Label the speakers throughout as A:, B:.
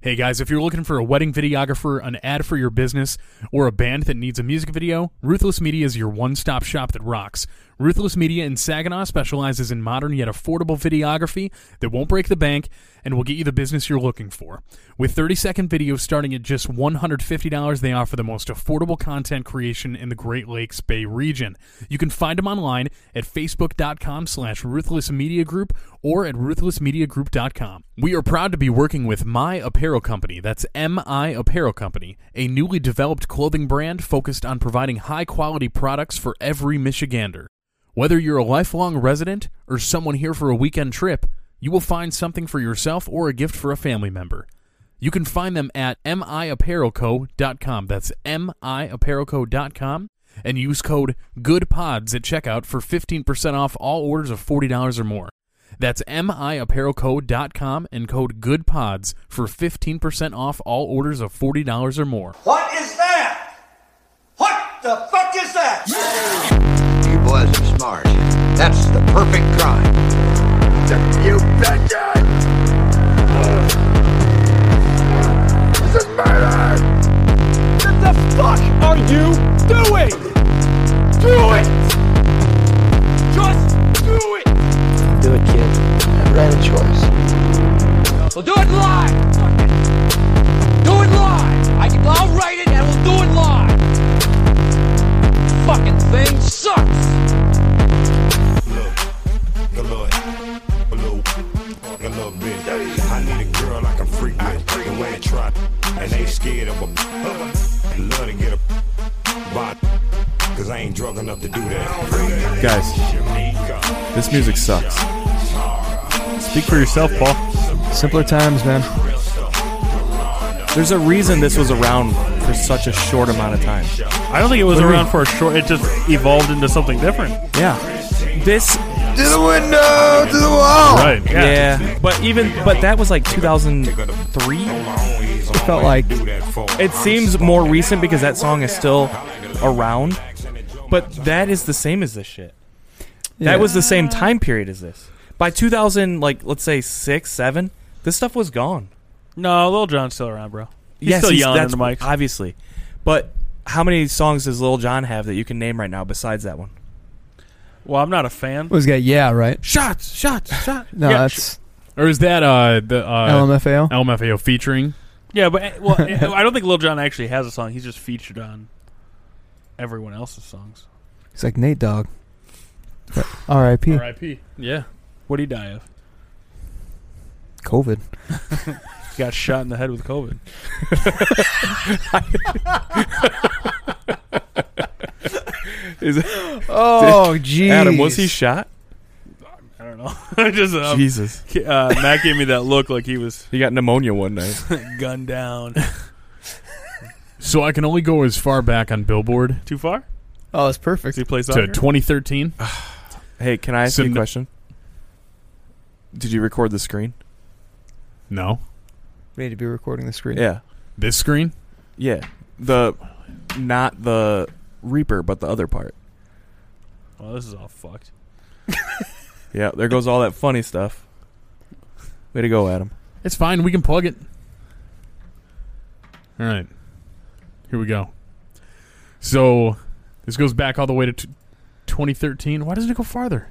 A: Hey guys, if you're looking for a wedding videographer, an ad for your business, or a band that needs a music video, Ruthless Media is your one stop shop that rocks. Ruthless Media in Saginaw specializes in modern yet affordable videography that won't break the bank and will get you the business you're looking for. With 30 second videos starting at just $150, they offer the most affordable content creation in the Great Lakes Bay region. You can find them online at facebook.com slash ruthless media group or at ruthlessmediagroup.com. We are proud to be working with My Apparel Company. That's MI Apparel Company, a newly developed clothing brand focused on providing high quality products for every Michigander. Whether you're a lifelong resident or someone here for a weekend trip, you will find something for yourself or a gift for a family member. You can find them at miapparelco.com. That's miapparelco.com. And use code GOODPODS at checkout for 15% off all orders of $40 or more. That's miapparelco.com and code GOODPODS for 15% off all orders of $40 or more.
B: What is that? What the fuck is that?
C: You boys are smart. That's the perfect crime. You bitches! This is murder!
D: What the fuck are you doing? Do it! Just do it!
E: do it, kid. Never had a choice.
D: We'll do it live! Fuck it. Do it live! I can, I'll write it and we'll do it live! Fucking thing sucks!
F: a little, a little, a little bit. I need a girl I can freak with. The way they try, and they scared of a. Love to get a bot, cause I ain't drunk enough to do that.
G: Guys, this music sucks. Speak for yourself, Paul.
E: Simpler times, man.
G: There's a reason this was around for such a short amount of time.
H: I don't think it was
G: What do you
H: around
G: mean?
H: for a short. It just evolved into something different.
G: Yeah. This,
C: To the window! To the wall!
H: Right. Yeah.
G: yeah. But even, but that was like 2003.
F: It
E: felt like-
G: It seems more recent because that song is still around, but that is the same as this shit.
E: Yeah.
G: That was the same time period as this. By 2000, like let's say six, seven, this stuff was gone.
H: No, Lil Jon's still around, bro. He's still yelling in
G: that's
H: the mics.
G: obviously. But how many songs does Lil Jon have that you can name right now besides that one?
H: well, I'm not a fan.
E: What was that? Yeah, right.
G: Shots, shots, shots.
E: No,
H: Yeah,
E: that's
A: Or is that uh, the uh,
E: LMFAO.
A: LMFAO featuring?
H: Yeah, but eh, well, eh, I don't think Lil Jon actually has a song. He's just featured on everyone else's songs.
E: It's like Nate Dogg. But R.I.P.
H: R.I.P.
A: Yeah.
H: What would he die of?
E: COVID.
H: He got shot in the head with COVID.
E: Oh, geez.
G: Adam, was he shot?
H: I don't know. I just um,
G: Jesus,
H: ki- uh, Matt gave me that look like he was
G: he got pneumonia one night.
H: gunned down.
A: So I can only go as far back on Billboard
H: Too far?
E: oh, it's
H: Does
E: perfect.
H: he play
A: to
H: soccer?
A: 2013.
G: hey, can I ask
A: So
G: you a
A: n-
G: question? Did you record the screen?
A: No.
E: We need to be recording the screen.
G: Yeah,
A: This screen?
G: yeah. The not the Reaper, but the other part.
H: well, this is all fucked.
G: Yeah, there goes all that funny stuff. Way to go, Adam.
A: It's fine. We can plug it. All right. Here we go. So this goes back all the way to t- 2013. Why doesn't it go farther?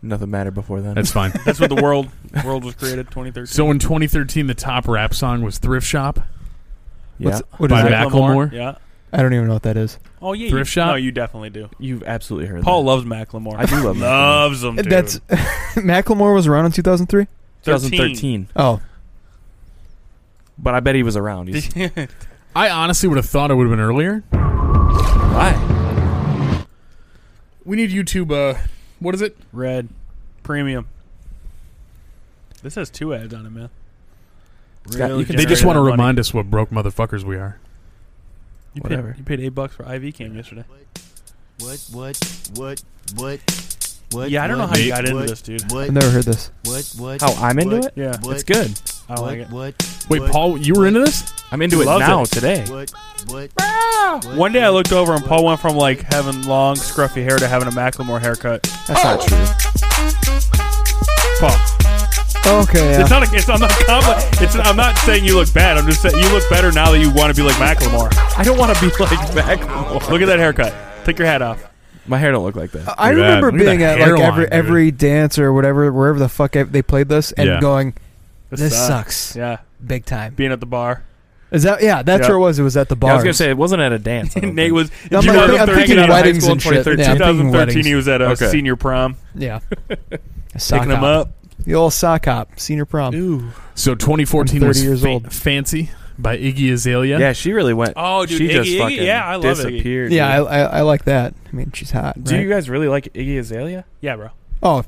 G: Nothing mattered before then.
A: That's fine.
H: That's what the world world was created. 2013.
A: so in 2013, the top rap song was Thrift Shop
G: yeah,
E: What's- what is
A: by
E: that?
H: Mac
A: Macklemore.
H: Yeah.
E: I don't even know what that is.
H: Oh yeah.
A: Thrift
H: you,
A: shop?
H: No, you definitely do.
G: you've absolutely heard.
H: Paul
G: that.
H: loves Macklemore.
G: I do love Macklemore.
H: Loves him. Dude.
E: That's Macklemore was around in 2003.
G: 2013,
E: Oh,
G: but I bet he was around. He's,
H: 13.
A: I honestly would have thought it would have been earlier.
G: why?
A: We need YouTube. Uh, what is it?
H: Red premium. This has two ads on it, man.
G: It's got- you can-
A: They just want to
H: generated money.
A: remind us what broke motherfuckers we are.
H: You
G: Whatever.
H: Paid, you paid eight bucks for IV cam yesterday.
I: What, what, what, what, what?
H: Yeah, I don't know
I: what,
H: how you got into
I: what,
H: this, dude.
I: What,
E: I've never heard this.
I: what, what?
G: How I'm into
I: what,
G: it?
H: Yeah,
I: What,
G: It's good.
H: I
I: What,
H: like it.
I: what,
A: Wait,
I: what,
A: Paul, you were into this?
G: I'm into
H: He
G: it
H: loves
G: now
H: it.
G: today.
I: What, what?
E: Ah!
I: what-
H: One day I looked over and Paul went from like having long scruffy hair to having a Macklemore haircut.
E: That's not true.
H: Paul,
E: Okay.
H: It's
E: Yeah.
H: not. A, it's, I'm not. compli- it's. I'm not saying you look bad. I'm just saying you look better now that you want to be like Macklemore.
G: I don't want to be like Macklemore.
H: Look at that haircut. Take your hat off.
G: My hair don't look like that.
E: I
A: Look at that.
E: remember
A: Look at
E: being
A: that
E: at like
A: hairline,
E: every
A: dude.
E: every dance or whatever wherever the fuck ev- they played this and
A: Yeah.
E: going This sucks.
H: Yeah,
E: big time.
H: being at the bar.
E: Is that yeah? That's
H: Yeah.
E: where it was. It was at the bar.
G: I was gonna say it wasn't at a dance. I don't
H: Nate
G: think.
H: was.
E: No, I'm
H: you
E: like-
H: know,
E: I'm
H: they're
E: thinking
H: hanging out in high
E: weddings
H: school
E: and
H: in
E: shit. Yeah, I'm
H: 2013.
E: thinking
H: 2013, he
E: weddings.
H: was at a
G: Okay.
H: senior prom,
E: yeah. A sock
H: taking him
E: hop.
H: up.
E: The old sock hop, senior prom.
G: Ooh.
A: So
E: I'm
A: 2014
E: 30
A: was
E: years
A: fa-
E: old.
A: Fancy by Iggy Azalea.
G: Yeah, she really went.
H: Oh, dude,
G: she
H: Iggy-
G: just
H: Iggy,
G: fucking
H: yeah, I love Iggy.
G: disappeared.
E: Yeah, I,
G: dude.
E: I, I like that. I mean, she's hot.
G: Do
E: right?
G: you guys really like Iggy Azalea?
H: Yeah, bro.
E: Oh,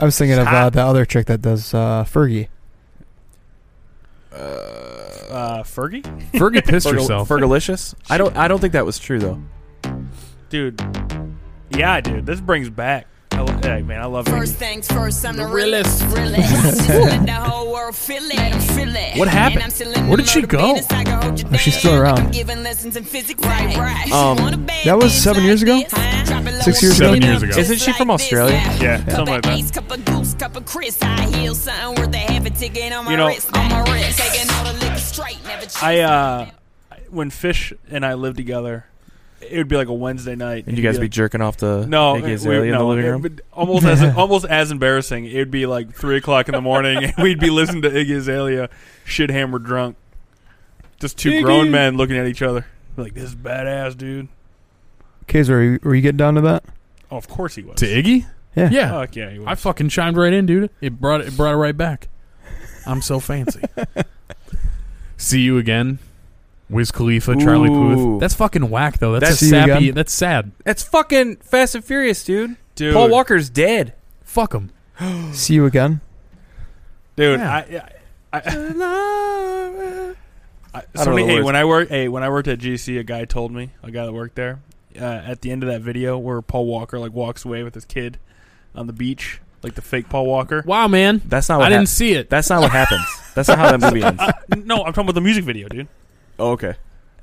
E: I was thinking of uh,
H: Hot.
E: the other chick that does uh, Fergie.
H: Uh, Fergie,
A: Fergie pissed
G: Fergal-
A: herself.
G: Fergalicious? I don't. I don't think that was true though.
H: dude. Yeah, dude. This brings back. I lo- hey, man, I love
J: First
H: Iggy.
J: things first, I'm the realest. realest. Let the whole world feel it. Let 'em feel it.
A: What happened?
J: And I'm still in
A: Where
J: the
A: did she
J: mode of
A: go?
J: business. I can hold you
E: Oh, she's
J: down.
E: still around.
J: I'm giving lessons in physics. Right, right.
G: Um,
J: You want a bad
E: that was
J: bitch
E: seven
J: like
E: years ago?
J: this, huh? Drop it low
E: Six
J: and
E: years
J: pick
A: ago?
J: it
A: Seven years
J: up
A: ago.
J: just
G: Isn't she from
J: like this,
G: Australia?
J: huh?
H: Yeah,
J: Cup
H: something like
J: of
H: that.
J: ace, cup of goose, cup of Chris. I heal something worth a half a ticket on my
H: You know-
J: wrist. On my wrist. Taking all the liquor straight. Never
H: I uh, when Fish and I lived together, it would be like a Wednesday night,
G: And you guys
H: He'd
G: be jerking off the
H: No,
G: Iggy
H: we-
G: Azalea in the
H: no,
G: living
H: it-
G: room.
H: but almost as almost as embarrassing. It'd be like three o'clock in the morning, and we'd be listening to Iggy Azalea, shit hammered drunk, just two grown men looking at each other, like this is badass dude.
E: Kids, were you, were you getting down to that?
H: Oh, of course he was.
A: to Iggy?
E: Yeah.
A: Yeah.
H: Fuck yeah, he was.
A: I fucking chimed right in, dude. It brought it brought it right back. I'm so fancy. See you again. Wiz Khalifa, Charlie
G: Ooh.
A: Puth. That's fucking whack though. That's,
G: That's-
A: a
E: See you
A: sappy.
E: again?
A: That's sad.
G: That's fucking Fast and Furious, dude.
H: dude,
G: Paul Walker's dead.
A: Fuck them.
E: See you again.
H: dude.
A: Yeah.
H: I, I, I, I,
G: know
H: somebody-
G: the
H: hey,
G: words.
H: when I worked, hey, when I worked at GC, a guy told me, a guy that worked there, uh, at the end of that video where Paul Walker like walks away with his kid on the beach, like the fake Paul Walker.
A: Wow, man.
G: That's not.
A: I
G: What
A: didn't
G: hap-
A: see it.
G: That's not what happens. That's not how that movie ends.
H: No, I'm talking about the music video, dude.
G: Oh, okay.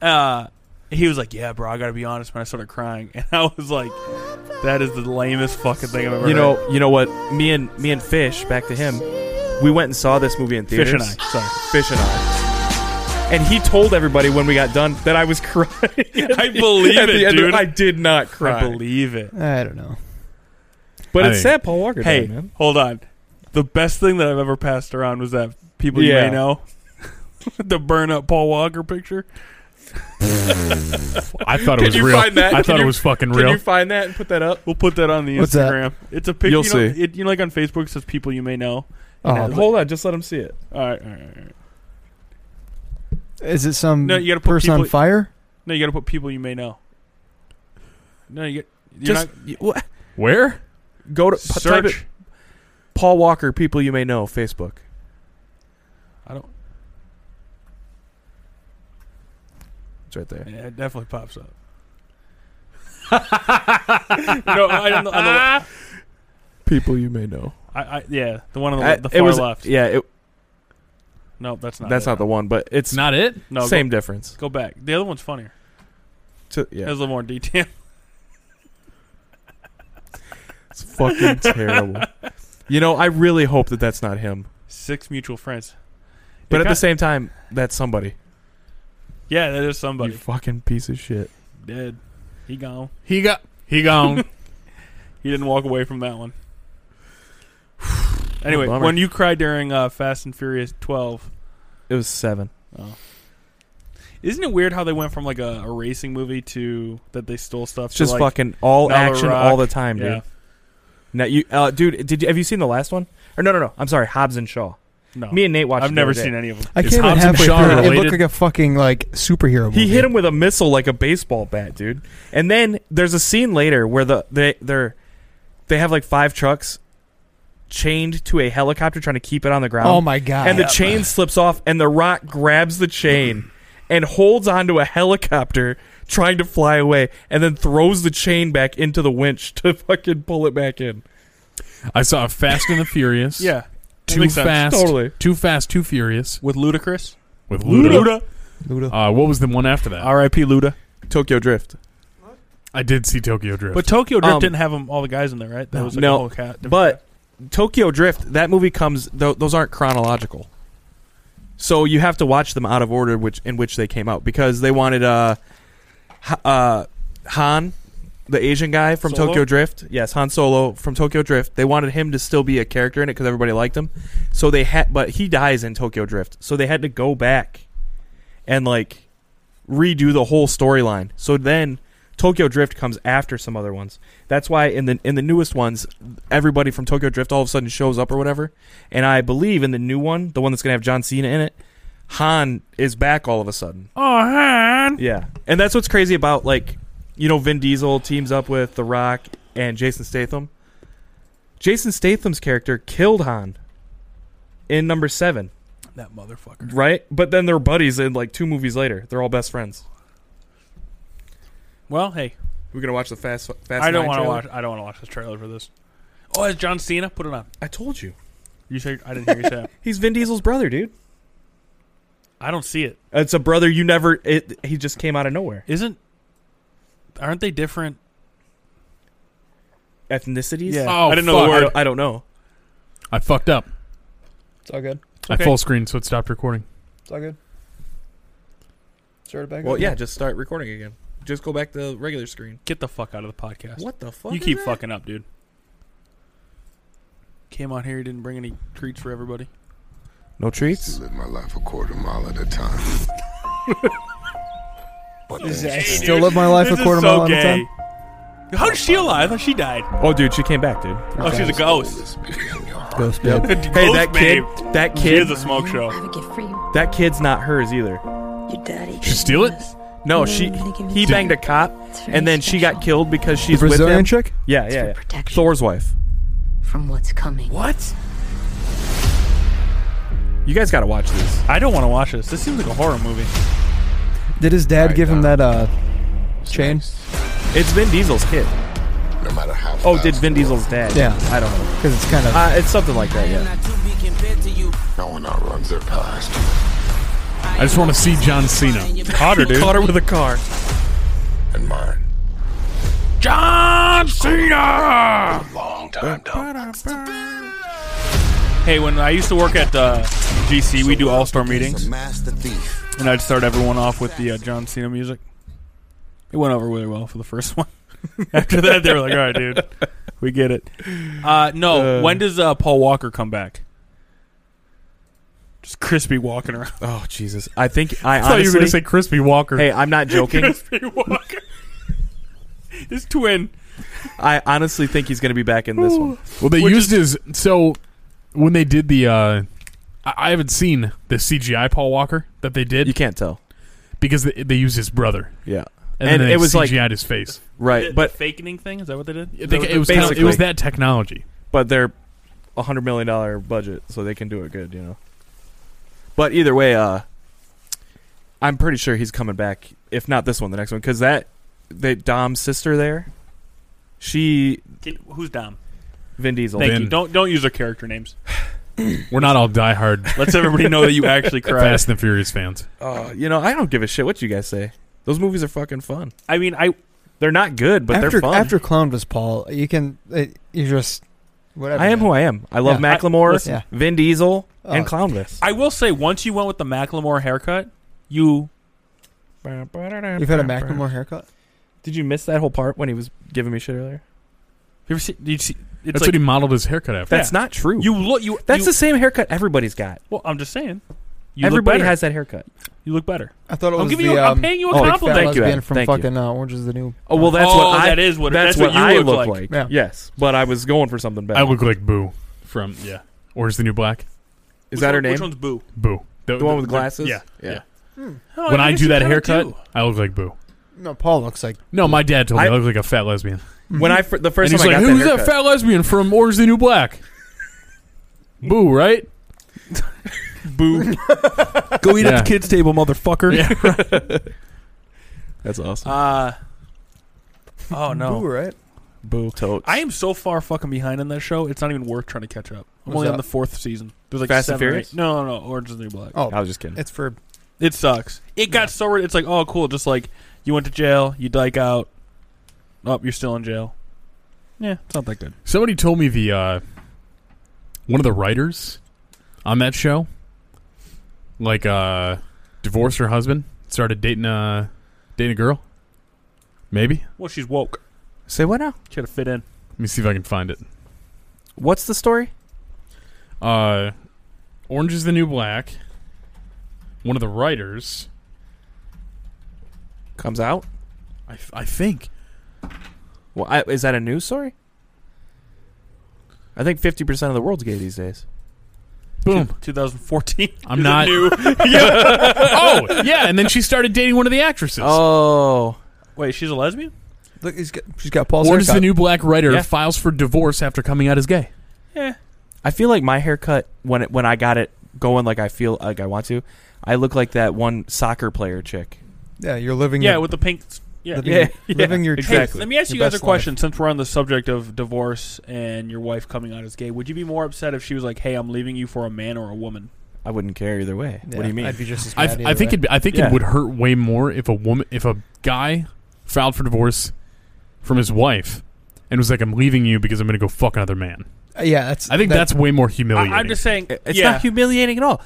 H: uh, he was like, "Yeah, bro, I gotta be honest." When I started crying, and I was like, "That is the lamest fucking thing I've ever."
G: You know. You know what? Me and me and Fish. Back to him. We went and saw this movie in
H: heard.
G: theaters.
H: fish and I. Sorry,
G: Fish and I. And he told everybody when we got done that I was crying. I
H: believe it, dude.
G: I did not cry.
H: I believe it.
E: I don't know.
G: But
A: I
G: it's
A: think-
G: sad Paul Walker
H: Hey,
G: died, man.
H: hold on. The best thing that I've ever passed around was that people you
G: Yeah.
H: may know, the burn up Paul Walker picture.
A: I thought it
G: Can
A: was
G: you
A: real.
G: find that?
A: I
G: Can
A: thought
G: you-
A: it was fucking
G: Can
A: real.
G: you find that and put that up?
H: We'll put that on the
E: What's that?
H: Instagram. It's a picture.
G: You'll
H: you know,
G: see.
H: It, you know, like on Facebook, it says people you may know.
E: Oh,
H: know,
G: Hold on, just let him see it.
H: All right, all right, all right.
E: is it some
H: No, you gotta put
E: person on
H: people-
E: fire?
H: No, you got to put people you may know. No, you. Get, you're
G: Just
H: not,
G: you- what-
A: Where?
G: go to p- type
H: search.
G: it, Paul Walker, people you may know, Facebook.
H: I don't.
G: It's right there.
H: Yeah, it definitely pops up. no, I don't know. On the,
G: People you may know.
H: I, I, yeah, the one on the,
G: I-
H: le- Oh, the
G: it
H: far
G: was,
H: left.
G: Yeah, it,
H: No, that's not.
G: that's
H: it.
G: not the one, but it's
A: It's not it.
H: no go-
G: same difference.
H: Go, back. The other one's funnier.
G: To-
H: It
G: yeah,
H: has a little more detail.
G: it's fucking terrible. You know, I really hope that that's not him,
H: Six mutual friends.
G: but at
H: kinda-
G: the same time, that's somebody.
H: Yeah, that is
G: You
H: somebody
G: fucking piece of shit.
H: dead. He gone.
A: He got. He gone.
H: He didn't walk away from that one. anyway,
G: bummer.
H: when you cried during uh, Fast and Furious 12,
G: It was seven.
H: isn't it weird how they went from like a, a racing movie to that they stole stuff?
G: It's just
H: to, like,
G: fucking all
H: Mellow
G: action
H: Rock.
G: all the time,
H: Yeah.
G: dude. Now you, uh, dude, did you have you seen the last one? Or no, no, no. I'm sorry, Hobbs and Shaw.
H: No,
G: Oh. Me and Nate watched.
H: I've
G: it the
H: never
G: other day.
H: seen any of them.
E: I
A: Is
E: came in
A: Hobbs and
E: halfway
A: Shaw
E: through. It
A: related?
E: looked like a fucking like superhero.
G: He
E: movie.
G: hit him with a missile like a baseball bat, dude. And then there's a scene later where the they they're they have like five trucks chained to a helicopter trying to keep it on the ground.
E: Oh my god!
G: And the chain slips off and the rock grabs the chain and holds onto a helicopter trying to fly away and then throws the chain back into the winch to fucking pull it back in.
A: I saw Fast and the Furious.
H: Yeah, That
A: Too
H: makes sense.
A: fast.
G: Totally.
A: Too fast. Too furious.
H: with Ludacris.
A: With Luda.
E: Luda.
A: Uh, what was the one after that?
H: R.I.P. Luda.
G: Tokyo Drift.
A: I did see Tokyo Drift.
H: But Tokyo Drift
G: Um,
H: didn't have 'em- all the guys in there, right? That was like
G: no,
H: a whole cat.
G: But Tokyo Drift, that movie comes. Th- those aren't chronological, so you have to watch them out of order, which in which they came out because they wanted uh, Ha- uh, Han, the Asian guy from
H: Solo?
G: Tokyo Drift. Yes, Han Solo from Tokyo Drift. They wanted him to still be a character in it because everybody liked him. So they had, but he dies in Tokyo Drift, so they had to go back and like redo the whole storyline. So then Tokyo Drift comes after some other ones. That's why in the in the newest ones, everybody from Tokyo Drift all of a sudden shows up or whatever. And I believe in the new one, the one that's gonna have John Cena in it, Han is back all of a sudden.
H: Oh, Han.
G: Yeah, and that's what's crazy about like, you know, Vin Diesel teams up with The Rock and Jason Statham. Jason Statham's character killed Han in number seven,
H: That motherfucker.
G: right? But then they're buddies in like two movies later. They're all best friends.
H: Well, hey,
G: We're gonna watch the Fast. fast
H: I don't
G: want to
H: watch. I don't want to watch this trailer for this. Oh, it's John Cena. Put it on.
G: I told you,
H: You say I didn't hear you say. it.
G: he's Vin Diesel's brother, dude.
H: I don't see it.
G: It's a brother you never. It, he just came out of nowhere.
H: Isn't? Aren't they different?
G: Ethnicities.
H: Yeah.
A: Oh,
H: I didn't know
A: fuck.
H: the
G: I
H: word.
G: don't, I don't know.
A: I fucked up.
K: It's all good.
A: I
H: Okay.
A: full screen, so it stopped recording.
K: It's all good. Start it back.
G: Well,
K: up.
G: yeah, just start recording again. Just go back to regular screen.
H: Get the fuck out of the podcast.
G: What the fuck?
H: You
G: is
H: keep
G: that?
H: fucking up, dude. Came on here, didn't bring any treats for everybody.
G: No treats.
C: Live my life a quarter mile at a time.
E: Still live my life
H: This
E: a
H: is
E: quarter
H: so
E: mile at a time.
H: gay. How's she alive? I thought She died.
G: Oh, dude, she came back, dude.
H: Oh, she's a ghost.
C: This beauty in your heart.
E: Ghost babe.
H: hey,
G: Hey, that kid, that
H: She is
G: kid,
H: a smoke show.
J: a gift for you.
G: that kid's not hers either.
J: Your daddy.
A: She steal it?
G: No, she he banged a cop, and then she got killed because
E: The
G: she's with him.
E: Brazilian chick?
G: Yeah, yeah, yeah.
J: protection.
G: Thor's wife.
J: From what's coming.
H: What?
G: You guys gotta watch this.
H: I don't want to watch this. This seems like a horror movie.
E: Did his dad give him that uh chain?
G: It's Vin Diesel's kid.
C: No matter how.
G: Oh,
C: fast
G: did Vin
C: you run,
G: Diesel's dad?
E: Yeah.
G: I don't know.
E: Because it's kind of
G: Uh, it's something like that. Yeah.
C: No one outruns their past.
A: I just want to see John Cena.
H: Caught her, dude.
G: Caught her with a car.
C: And mine.
H: John Cena.
C: Long time done.
H: Hey, when I used to work at uh, GC, we do all star meetings,
C: master thief.
H: and I'd start everyone off with the uh, John Cena music. It went over really well for the first one. After that, they were like, "All right, dude, we get it." Uh, no,
G: Uh.
H: when does uh, Paul Walker come back? Just crispy walking around.
G: Oh Jesus! I think I
A: I thought you were
G: honestly.
A: going to say Crispy Walker.
G: hey, I'm not joking.
H: crispy Walker. His twin.
G: I honestly think he's gonna be back in this one.
A: Well, they
H: Which
A: used his so when they did the. uh I I haven't seen the CGI Paul Walker that they did
G: You can't tell.
A: because they, they used his brother
G: Yeah.
A: and,
G: And
A: then they
G: it was like-
A: CGI'd his face.
G: Right. But
H: fakening thing is that what they did?
A: I think it was kinda- it
G: basically-
A: was that technology.
G: but they're a hundred million dollar budget, so they can do it good, you know. But either way, uh, I'm pretty sure he's coming back. If not this one, the next one, because that they Dom's sister there, she
H: Can- who's Dom?
G: Vin Diesel.
H: Thank
A: Vin.
H: you. Don't don't use their character names.
A: We're not all diehard
H: Let's everybody know that you actually cried.
A: Fast and the Furious fans.
G: Uh, you know, I don't give a shit what you guys say. Those movies are fucking fun.
H: I mean, I
G: They're not good, but
E: after,
G: they're fun.
E: After Clown was Paul, you can it, you just whatever.
G: I am
E: man.
G: who I am. I Uh, love
E: Yeah.
G: Macklemore,
E: listen. Yeah.
G: Vin Diesel, and
E: Oh.
G: Clownless.
H: I will say once you went with the Macklemore haircut, you
E: You've had a Macklemore haircut.
G: Did you miss that whole part when he was giving me shit earlier?
H: you ever see, did you see it's
A: That's
H: like
A: what he modeled his haircut after.
G: That's not true.
H: you look you
G: That's
H: you,
G: the same haircut everybody's got.
H: well I'm just saying. You
G: Everybody
H: look better.
G: has that haircut.
H: you look better.
E: I thought it
H: I'm
E: was
H: giving
E: the,
H: you- I'm
E: um,
H: paying you a
E: big fat
H: compliment.
G: Thank you,
E: lesbian
G: Adam.
E: from
G: Thank you.
E: fucking uh, Orange is the New.
G: Oh well, that's
H: Oh,
G: what I,
H: that is what it-
G: that's,
H: that's what
G: I
H: you look
G: look,
H: like.
G: like.
E: Yeah.
G: Yes, but I was going for something better.
A: I look like Boo from yeah. Or is the new black
G: is
H: Which
G: that her
H: one-
G: name?
H: Which one's Boo?
A: Boo?
G: the one with glasses.
A: Yeah.
G: yeah.
H: Oh,
A: when I,
H: guess
A: do
H: you
A: that
H: kinda
A: haircut,
H: do.
A: I look like Boo.
E: No, Paul looks like
A: No, my dad told me
G: I-
A: I, look like a fat lesbian.
G: When I fir- the
A: And
G: first
A: he's
G: time
A: like,
G: I got
A: "Who's
G: that,
A: that
G: haircut,
A: fat lesbian from Orange is the New Black?" Boo, right?
G: boo.
A: Go
G: eat at the kids' table, motherfucker.
A: Yeah.
G: That's awesome.
H: Uh Oh no.
E: Ooh, right?
G: boo totes.
H: I am so far fucking behind on that show. It's not even worth trying to catch up. I'm
E: What's
H: only on
E: that?
H: the fourth season. There's like
G: Fast and
H: seven or
G: Furious?
H: eight. No, no, no. Orange is the New Black.
E: Oh,
G: I was just kidding.
E: it's for
H: It sucks. It got so rid- it's like oh cool, just like you went to jail, you dyke out. Oh, you're still in jail. Yeah, it's not that good.
A: Somebody told me the uh, one of the writers on that show, like uh, divorced her husband, started dating a dating a girl. Maybe.
H: Well, she's woke.
G: Say what now?
H: She had to fit in.
A: Let me see if I can find it.
G: What's the story?
A: Uh, Orange is the New Black. One of the writers
G: comes out.
A: I, I think.
G: Well, I, is that a news story? I think fifty percent of the world's gay these days.
A: Boom.
H: 2014.
A: I'm
H: Is it
A: not-
H: new.
A: Yeah. oh, yeah, and then she started dating one of the actresses.
G: Oh.
H: Wait, she's a lesbian?
K: Look, he's got, she's got Paul's
A: Orange is
K: haircut.
A: the New Black writer
H: Yeah.
A: files for divorce after coming out as gay.
H: Yeah.
G: I feel like my haircut when it, when I got it going like I feel like I want to, I look like that one soccer player chick.
K: Yeah, you're living.
H: Yeah,
K: your-
H: with the pink. Yeah.
K: Living,
G: Yeah.
K: living your
H: Hey,
G: Exactly.
H: let me ask you
K: Your
H: guys a
K: best
H: question. Since we're on the subject of divorce and your wife coming out as gay, would you be more upset if she was like, "Hey, I'm leaving you for a man or a woman"?
G: I wouldn't care either way.
K: Yeah,
G: what do you mean?
K: I'd be just as
A: I,
K: mad
A: I
K: either
A: think
K: way.
A: it would I think
G: Yeah.
A: it would hurt way more if a woman if a guy filed for divorce from his wife and was like I'm leaving you because I'm going to go fuck another man.
K: Uh, yeah, that's.
A: I think
K: that-
A: that's way more humiliating.
H: I, am just saying.
G: I- It's
H: yeah.
G: not humiliating at all.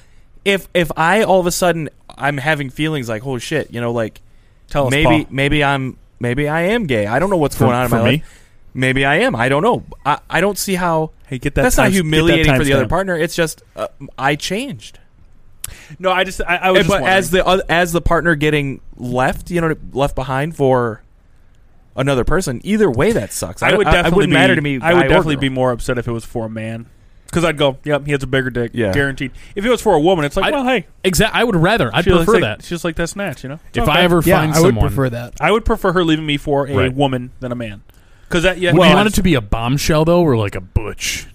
G: If if I all of a sudden I'm having feelings like holy shit, you know, like
H: Tell us,
G: maybe
H: Paul.
G: maybe I'm maybe I am gay. I don't know what's
A: For-
G: going on in
A: for
G: my
A: me?
G: life. Maybe I am. I don't know. I, I don't see how.
H: Hey, get that
G: that's
H: times- get
G: not
H: that
G: humiliating for the other
H: timestamp.
G: partner. It's just uh, I changed.
H: No, I just. I, I was.
G: And-
H: just
G: Eh, but as
H: wondering.
G: the oth- as the partner getting left, you know, left behind for another person. Either way, that sucks.
H: I would
G: don't-
H: definitely
G: it wouldn't
H: be,
G: matter to me.
H: I would
G: guy or
H: definitely
G: girl.
H: be more upset if it was for a man. Because I'd go, yep, he has a bigger dick,
G: Yeah.
H: guaranteed. If it was for a woman, it's like,
A: I-
H: well, hey,
A: Exa- I would rather. I'd
H: she looks
A: prefer
H: like-
A: that.
H: She's just like that snatch, you know. It's
A: If
H: okay.
A: I ever
K: Yeah,
A: find
K: I would
A: someone,
K: prefer that.
H: I would prefer her leaving me for a
A: Right.
H: woman than a man. Because that, yeah,
A: would
H: well,
A: you want it to be a bombshell though, or like a butch?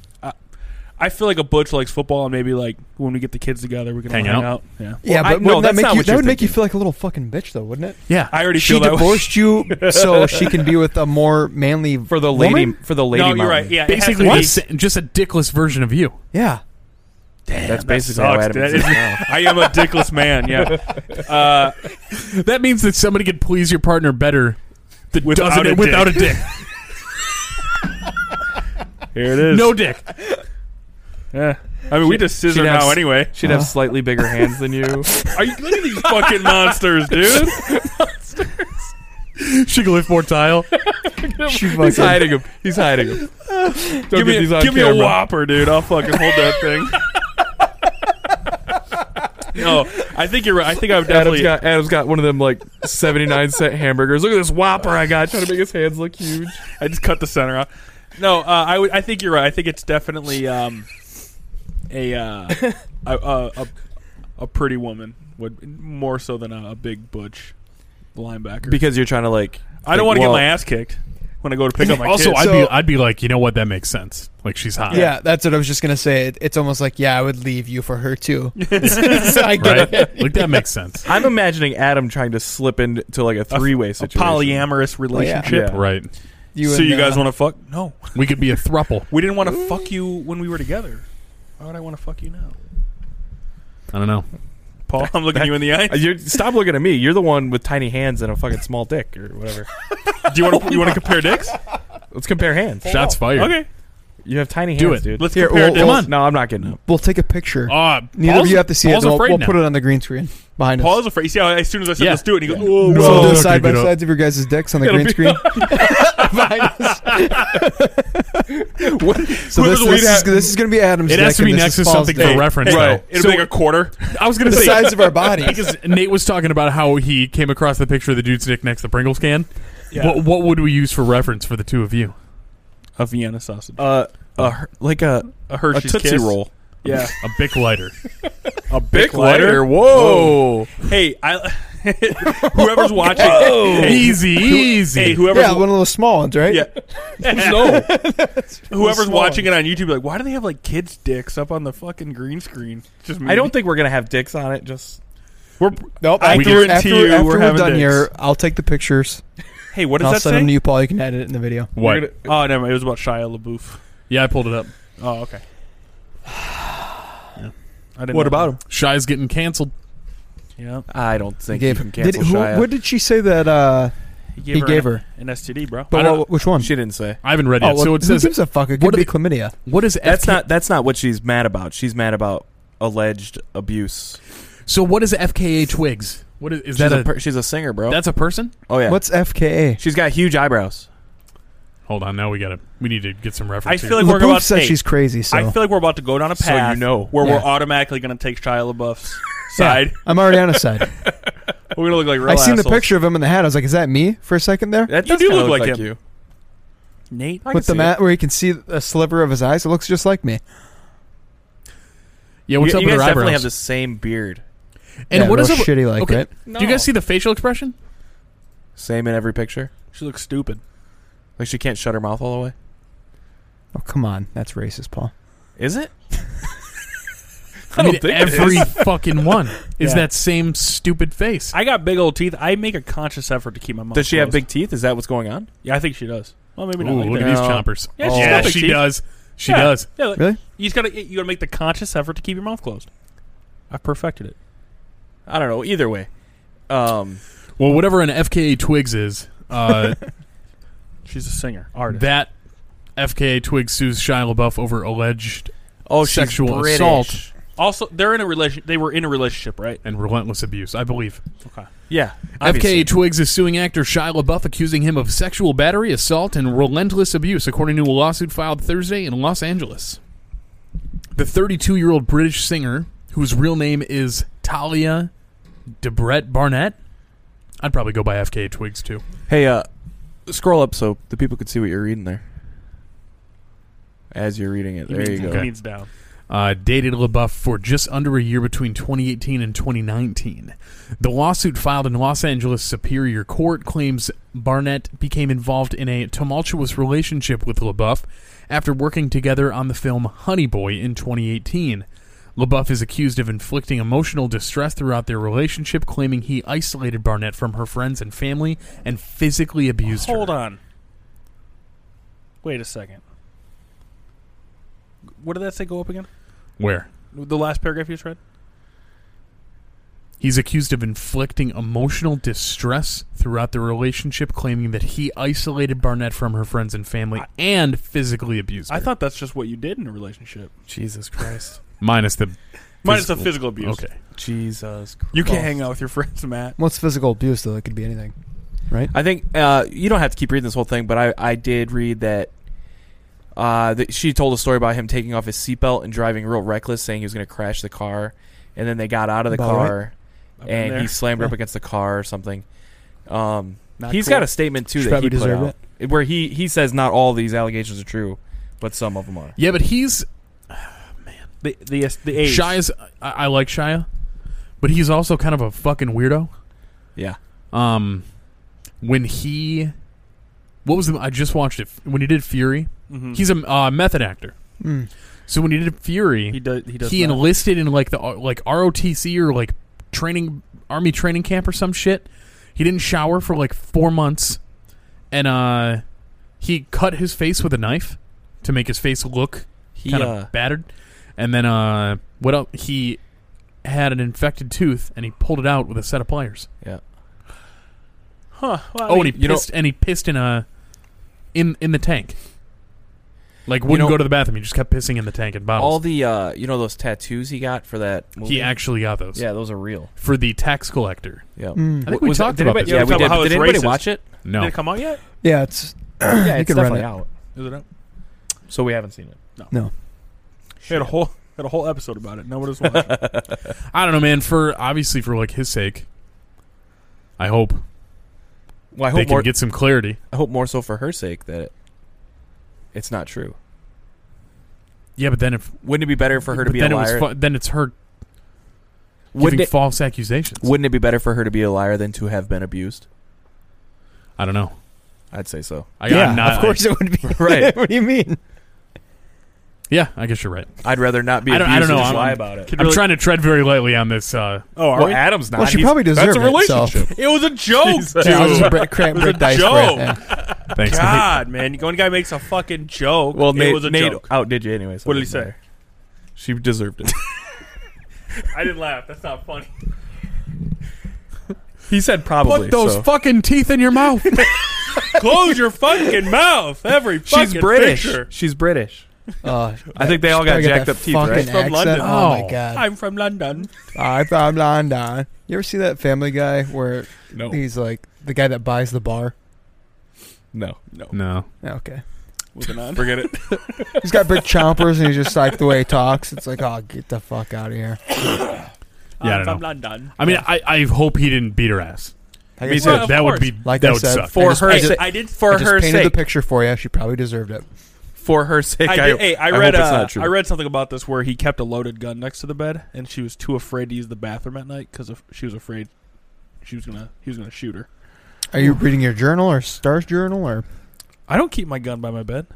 H: I feel like a butch likes football, and maybe like when we get the kids together, we can all
A: Hang
H: hang
A: out.
H: out. Yeah,
G: Well, I-
K: Yeah, but
G: no,
K: wouldn't that
G: that's
K: make
G: not
K: you?
G: what
K: That
G: you're
K: would make you
G: thinking.
K: feel like a little fucking bitch, though, wouldn't it?
A: Yeah,
H: I already
K: She
H: feel that way.
K: divorced you so she can be with a more manly
G: for the lady
K: woman?
G: for the lady.
H: no, you're right.
G: mountain.
H: Yeah, it has to
A: basically
H: be-
A: the sa- just a dickless version of you.
K: Yeah,
G: that's
H: That
G: basically
H: sucks.
G: how Adam
H: That
G: is
H: is-
G: now.
H: I am a dickless man. Yeah, uh,
A: That means that somebody could please your partner better that
H: Without
A: doesn't
H: a dick.
A: without a dick.
H: here it is.
A: no dick.
H: yeah. I mean, we just scissor
G: she'd have
H: now
G: s-
H: anyway.
G: She'd have slightly bigger hands than you.
H: Are you look at these fucking monsters, dude?
A: She could lift more tile.
K: she
G: He's
K: fucking.
G: hiding him. He's hiding him. Don't
H: give
G: get
H: me,
G: these on
H: give me
G: camera.
H: a whopper, dude. I'll fucking hold that thing. no, I think you're right. I think I would
G: Adam's
H: definitely.
G: got Adam's got one of them like seventy nine cent hamburgers. Look at this whopper I got. Trying to make his hands look huge.
H: I just cut the center out. No, uh, I would. I think you're right. I think it's definitely um, a, uh, a, a a a pretty woman would more so than a, a big butch linebacker.
G: Because you're trying to like.
H: I don't
G: like,
H: want to get
G: well,
H: my ass kicked when I go to pick up my
A: also,
H: kids.
A: I'd be
K: So-
A: I'd be like, you know what? That makes sense. Like she's hot.
K: Yeah, that's what I was just gonna say. It, it's almost like yeah, I would leave you for her too. So I get
A: right?
K: it.
A: like that makes sense.
G: I'm imagining Adam trying to slip into like a three way
H: a
G: situation.
H: polyamorous relationship.
G: Yeah.
A: Right.
K: You
H: so
K: and,
H: you guys
K: uh,
H: want to fuck? No,
A: We could be a thruple.
H: we didn't want to fuck you when we were together. Why would I want to fuck you now,
A: I don't know.
H: Paul? I'm looking you in the eye.
G: Uh, You're, stop looking at me. You're the one with tiny hands and a fucking small dick or whatever.
H: Do you want to you want to compare dicks?
G: Let's compare hands.
A: Shots fired.
H: Oh Okay,
G: You have tiny hands,
A: Do it.
G: dude.
H: let's
K: Here,
H: compare
K: well-
H: dicks.
K: well- Come
G: No, I'm not getting up.
K: We'll take a picture.
A: Uh,
K: Neither
A: Paul's-
K: of you have to see
A: Paul's
K: it. and We'll,
A: afraid
K: we'll
A: now.
K: put it on the green screen behind us.
H: Paul's afraid. You see how as soon as I said
A: Yeah.
H: let's do it, he goes, "Whoa,
A: No,
K: so
A: don't
K: the
A: do
K: side by
A: that.
K: sides of your guys' dicks on the
H: It'll
K: green
H: be-
K: screen behind us. so
H: whoever's
K: this, this,
H: lead
K: is,
H: at-
K: this is going to be Adam's.
A: It
K: dick
A: has to
K: and
A: be
K: this
A: next
K: is
A: to
K: Paul's
A: something
K: dick.
A: for reference.
H: Right.
A: though.
H: It'll be like a quarter.
A: I was gonna
K: The
A: say
K: size of our bodies.
A: because Nate was talking about how he came across the picture of the dude's dick next to the Pringles can.
H: Yeah.
A: What what would we use for reference for the two of you?
H: A Vienna sausage.
G: Uh, a, her- like uh, a
H: A
G: a
H: Hershey's
G: tootsie
H: Kiss.
G: roll.
H: Yeah.
A: A Bic lighter.
H: a
G: Bic lighter? Whoa.
H: Hey, I whoever's watching. Hey,
A: easy, easy.
H: Hey, whoever's
K: Yeah, one of those small ones, right?
H: Yeah. no. Whoever's
K: small
H: watching it on YouTube, like, why do they have like kids' dicks up on the fucking green screen? Just me.
G: I don't think we're gonna have dicks on it. Just
H: we're.
K: Nope.
H: I
K: after,
H: guarantee
K: after,
H: you
K: after
H: we're
K: we're,
H: having
K: done
H: dicks.
K: here, I'll take the pictures.
H: Hey, what
K: And I'll
H: does that
K: send
H: say?
K: them to you, Paul. You can edit it in the video.
A: what?
G: We're
H: oh, never mind. It was about Shia LaBeouf.
A: yeah, I pulled it up.
H: Oh, okay. I didn't
K: What
H: know
K: about him?
A: Shy's getting canceled.
H: that. Yeah.
G: I don't think
K: Gabe,
G: you can cancel
K: did, who-
G: Shia.
K: What did she say that? Uh,
H: He
E: He gave
H: an-
E: her.
H: an STD, bro.
E: But what- which one?
G: She didn't say.
A: I haven't read
E: Oh, well, who gives a fuck? It could
G: what
E: be
G: do-
E: chlamydia.
A: What is
G: that's
A: FT
G: not that's not what she's mad about. She's mad about alleged abuse.
A: So what is FKA Twigs? What is, is
G: she's
A: that?
G: a,
A: a-
G: per- she's a singer, bro.
A: that's a person.
G: oh yeah.
E: What's FKA?
G: she's got huge eyebrows.
A: Hold on, now we gotta we need to get some
H: I
A: reference.
H: feel
A: here.
H: like
E: LaBeouf
H: we're about
E: said
H: hey,
E: she's crazy, so
H: I feel like we're about to go down a
G: So
H: path
G: you know.
H: where we're
E: Yeah.
H: automatically going to take Shia LaBeouf's side.
E: I'm already on his side.
H: We're going to look like real
E: I seen the
H: assholes.
E: picture of him in the hat. I was like, is that me for a second there?
G: That
H: You
G: does
H: do
G: kinda
H: look like him.
G: you.
H: Nate.
E: With
G: I can
E: the
G: see it.
E: mat where you can see a sliver of his eyes, it looks just like me.
A: yeah, what's
G: you,
A: up
G: you
A: with
G: guys
A: her
G: definitely have
A: eyebrows?
G: the same beard.
A: and
E: Yeah,
A: what is
E: real
A: up?
E: shitty like
A: okay,
E: right?
A: do you guys see the facial expression?
G: Same in every picture.
H: She looks stupid.
G: Like she can't shut her mouth all the way.
E: Oh come on, that's racist, Paul.
G: Is it?
A: I, mean,
G: don't think it
A: every fucking one is
H: Yeah.
A: that same stupid face.
H: I got big old teeth. I make a conscious effort to keep my mouth
G: Does she have
H: closed.
G: big teeth? Is that what's going on?
H: Yeah, I think she does. Well, maybe not.
A: Ooh,
H: like
A: look
H: that.
A: at these
G: No.
A: chompers.
H: Yeah, she's got big
A: she
H: teeth.
A: does. She
H: Yeah.
A: does.
H: Yeah, like,
E: Really?
H: You just gotta you gotta make the conscious effort to keep your mouth closed. I've perfected it.
G: I don't know. Either way, um,
A: Well, whatever an FKA Twigs is, uh,
H: She's a singer, artist.
A: that FKA Twigs sues Shia LaBeouf over alleged
G: oh, she's
A: sexual
G: British.
A: assault
H: also, they're in a relation. They were in a relationship, right?
A: and relentless abuse, I believe.
H: Okay.
G: Yeah,
A: FKA Twigs is suing actor Shia LaBeouf, accusing him of sexual battery, assault, and relentless abuse, according to a lawsuit filed Thursday in Los Angeles. The 32 year old British singer, whose real name is Talia DeBrett Barnett, I'd probably go by FKA Twigs too.
G: Hey, uh, scroll up so the people could see what you're reading there. As you're reading it,
H: He
G: there
H: means,
G: you
H: he
G: go.
H: means down.
A: uh, dated LaBeouf for just under a year between 2018 and 2019. The lawsuit filed in Los Angeles Superior Court claims Barnett became involved in a tumultuous relationship with LaBeouf after working together on the film Honey Boy in 2018. LaBeouf is accused of inflicting emotional distress throughout their relationship, claiming he isolated Barnett from her friends and family and physically abused her.
H: Hold on. Wait a second. What did that say? Go up again.
A: Where?
H: The last paragraph you just read.
A: He's accused of inflicting emotional distress throughout the relationship, claiming that he isolated Barnett from her friends and family
H: I-
A: and physically abused her.
H: I thought that's just what you did in a relationship.
G: Jesus Christ,
A: minus the
H: Minus the physical abuse.
A: Okay,
G: Jesus. Christ.
H: You
K: Oh.
H: can't hang out with your friends, Matt.
E: What's physical abuse though? It could be anything.
G: I think uh, you don't have to keep reading this whole thing, but I, I did read that, uh, that she told a story about him taking off his seatbelt and driving real reckless, saying he was going to crash the car, and then they got out of the
E: About
G: car
H: I've been
G: and
H: there.
G: he slammed her up against the car or something. Um,
H: Not
G: he's
H: cool.
G: got a statement too
E: She
G: that
E: probably
G: he put
E: deserved
G: out, where he he says not all these allegations are true, but some of them are.
A: yeah, but he's
H: the the the age.
A: Shia's. I, I like Shia, but he's also kind of a fucking weirdo.
G: Yeah.
A: Um, when he, what was the? I just watched it when he did Fury.
H: Mhm.
A: He's a uh, method actor,
E: Mm.
A: so when he did Fury,
H: He does. He does.
A: he
H: that.
A: enlisted in like the uh, like ROTC or like training army training camp or some shit. He didn't shower for like four months, and uh, he cut his face with a knife to make his face look
G: He
A: kind of
G: uh,
A: battered. And then uh, what else? He had an infected tooth, and he pulled it out with a set of pliers.
H: Huh. Well, I
A: oh,
H: mean,
A: and he
G: you know-
A: pissed, and he pissed in a in in the tank. Like
G: You
A: wouldn't
G: know-
A: go to the bathroom. He just kept pissing in the tank and
G: all
A: bottles.
G: the uh, you know those tattoos he got for that movie.
A: he actually got those
G: yeah, those are real.
A: for the tax collector.
G: Yeah.
E: Mm.
A: I think we
G: Was-
A: talked
G: did
A: about
G: anybody-
A: this.
G: Yeah,
H: Yeah, we
G: we
H: talked
G: did.
H: about how
G: but Did
H: it's
G: anybody
H: racist.
G: watch it?
A: No.
H: Did it come out yet?
E: Yeah, it's
G: yeah, it's
E: can run
G: definitely
E: it.
G: out.
H: Is it out?
G: So we haven't seen it.
H: They had a whole had a whole episode about it. Nobody's watching.
A: I don't know, man. For obviously for like his sake, I hope
G: Well, I
A: they
G: hope
A: can
G: more.
A: get some clarity.
G: I hope more so for her sake that it's not true.
A: Yeah, but then if
G: Wouldn't it be better for her to
A: but
G: be a
A: then it was
G: liar?
A: fu- then it's her giving
G: wouldn't it,
A: false accusations.
G: wouldn't it be better for her to be a liar than to have been abused?
A: I don't know.
G: I'd say so.
A: I,
E: yeah,
A: I'm not,
E: of course it would be.
G: Right.
E: what do you mean?
A: yeah, I guess you're right.
G: I'd rather not be
A: I don't-
G: abused
A: I don't know,
G: than just
A: I'm-
G: lie about it.
H: Could
A: I'm
H: really-
A: trying to tread very lightly on this. Uh,
H: Oh, are
G: well,
H: we?
G: Adam's not.
E: Well, she
G: He's-
E: probably deserved
G: that's a
E: it. So.
G: relationship.
H: It was a
G: Oh,
H: joke, dude.
E: Yeah, I'll just break, crack, break dice for it.
H: joke.
E: Yeah.
A: thanks.
H: God, man, one guy makes a fucking joke.
G: Well,
H: it
G: Nate,
H: was a
G: Nate
H: joke.
G: outdid you anyway. So
H: What did
G: it
H: he
G: doesn't
H: say?
G: matter. She deserved it.
H: I didn't laugh. That's not funny.
G: He said probably.
A: Put those
G: so.
A: fucking teeth in your mouth.
H: Close your fucking mouth. Every fucking
G: She's British.
H: picture.
G: She's British.
K: Oh,
G: I think they all got
K: gotta get
G: jacked
K: that
G: up teeth, right?
K: fucking
H: From
K: accent.
H: London.
K: Oh
A: Oh.
K: my god.
H: I'm from London.
K: I thought I'm lying down. You ever see that Family Guy where
H: No.
K: he's like the guy that buys the bar?
G: No.
H: No.
A: no.
K: Yeah, Okay.
H: Moving on.
G: Forget it.
K: He's got big chompers and he's just like the way he talks. It's like, oh, get the fuck out of here.
A: Yeah, I
H: I'm
A: don't
H: from
A: know.
H: London.
A: I mean, I, I hope he didn't beat her ass.
K: I
H: Me
K: guess
H: too.
K: I-
H: Of
A: that would
H: course.
A: be
K: Like
A: that
K: I
A: would
K: said,
A: suck.
K: I
G: For
K: just-
G: her
K: I
H: Hey,
K: just,
G: sake.
H: I did
K: I
G: For
K: just
G: her
K: painted the
G: sake.
K: picture for you. She probably deserved it.
G: For her sake.
H: I, did, hey, I,
G: hope
H: read.
G: it's
H: uh,
G: not true.
H: I read something about this where he kept a loaded gun next to the bed, and she was too afraid to use the bathroom at night because she was afraid she was gonna he was gonna shoot her.
K: Are you reading your journal or Star's journal or?
H: I don't keep my gun by my bed.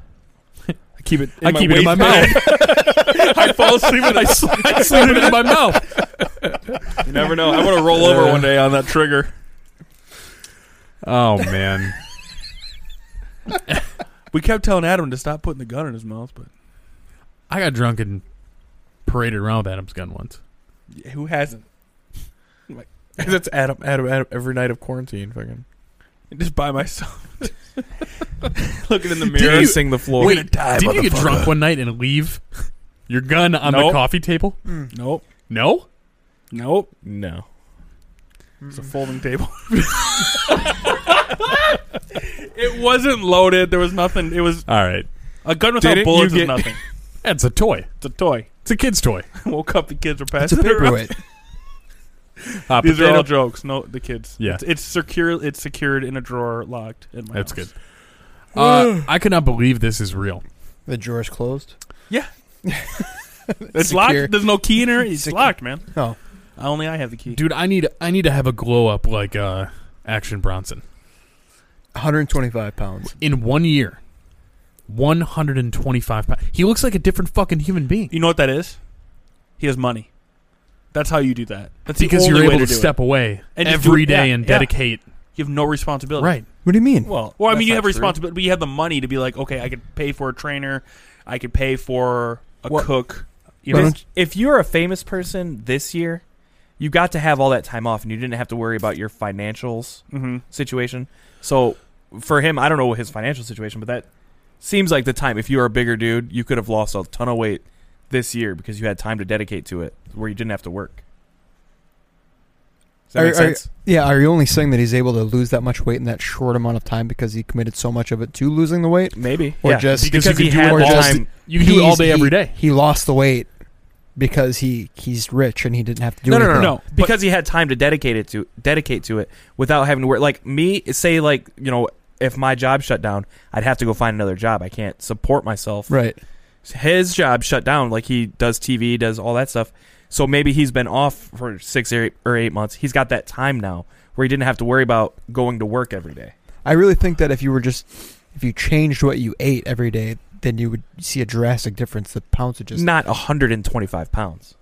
H: I keep it. In
A: I
H: my
A: keep it in my mouth.
H: waistband. I fall asleep and I, sl- I
A: Slid it in my mouth.
H: You never know. I want to roll over one day on that trigger.
A: Oh man.
H: We kept telling Adam to stop putting the gun in his mouth, but
A: I got drunk and paraded around with Adam's gun once.
H: who hasn't?
G: That's Adam, Adam, Adam. Every night of quarantine, fucking.
H: Just by myself, looking in the mirror.
G: Embarrassing the floor.
H: Wait, die,
A: Did you get drunk one night and leave your gun on the
H: Nope.
A: coffee table?
H: Nope.
A: No.
H: Nope.
G: No.
H: It's a folding table. it wasn't loaded. There was nothing. It was
A: All right.
H: a gun without
G: Didn't you
H: bullets is
G: get-
H: nothing.
A: That's a toy.
H: It's a toy.
A: It's a kid's toy.
H: Woke up, the kids were
K: It's a
H: passing it around.
K: paperweight.
A: Uh,
H: These are
A: potato-
H: all jokes. No, the kids.
A: Yeah.
H: it's, it's secure. It's secured in a drawer, locked in my.
A: That's
H: house.
A: good. Uh, I cannot believe this is real.
K: The drawer's closed.
H: It's
K: Secure.
H: locked. There's no key in her. It's
K: Secure.
H: locked, man.
K: Oh.
H: only I have the key.
A: Dude, I need I need to have a glow up like uh, Action Bronson.
K: 125 pounds.
A: In one year, 125 pounds. He looks like a different fucking human being.
H: You know what that is? He has money. That's how you do that. That's the
A: because
H: only
A: you're
H: way
A: able to,
H: do it.
A: step away
H: And just do
A: every
H: it-
A: day
H: yeah,
A: and
H: yeah.
A: dedicate.
H: You have no responsibility.
A: Right.
K: What do you mean?
G: Well,
H: Well, I mean,
G: that's
H: you
G: not
H: have
G: true.
H: responsibility, but you have the money to be like, okay, I could pay for a trainer, I could pay for a
G: Well,
H: cook. You
K: Why
H: know,
K: don't-
G: If you're a famous person this year, you got to have all that time off, and you didn't have to worry about your financials
H: hmm
G: situation. So for him, I don't know his financial situation, but that seems like the time. If you were a bigger dude, you could have lost a ton of weight this year because you had time to dedicate to it, where you didn't have to work. Does that
K: Are-
G: make
K: are-
G: sense?
K: Yeah, are you only saying that he's able to lose that much weight in that short amount of time because he committed so much of it to losing the weight?
G: Maybe.
K: Or
G: yeah.
K: just
G: because,
A: Because
G: he
A: you could do
G: had
K: it
G: the
K: all just-
G: time.
A: You can do it all
K: He's-
A: day,
K: he-
A: every day.
K: He lost the weight because he he's rich and he didn't have to do
G: no, no,
K: anything.
G: no, no,
H: No, but-
G: Because he had time to dedicate it to dedicate to it without having to work. Like me, say like you know, if my job shut down, I'd have to go find another job. I can't support myself.
K: Right.
G: His job shut down. Like he does TV, does all that stuff. So maybe he's been off for six or eight, or eight months. He's got that time now where he didn't have to worry about going to work every day.
K: I really think that if you were just if you changed what you ate every day, then you would see a drastic difference. The pounds would just
G: Not 125 pounds.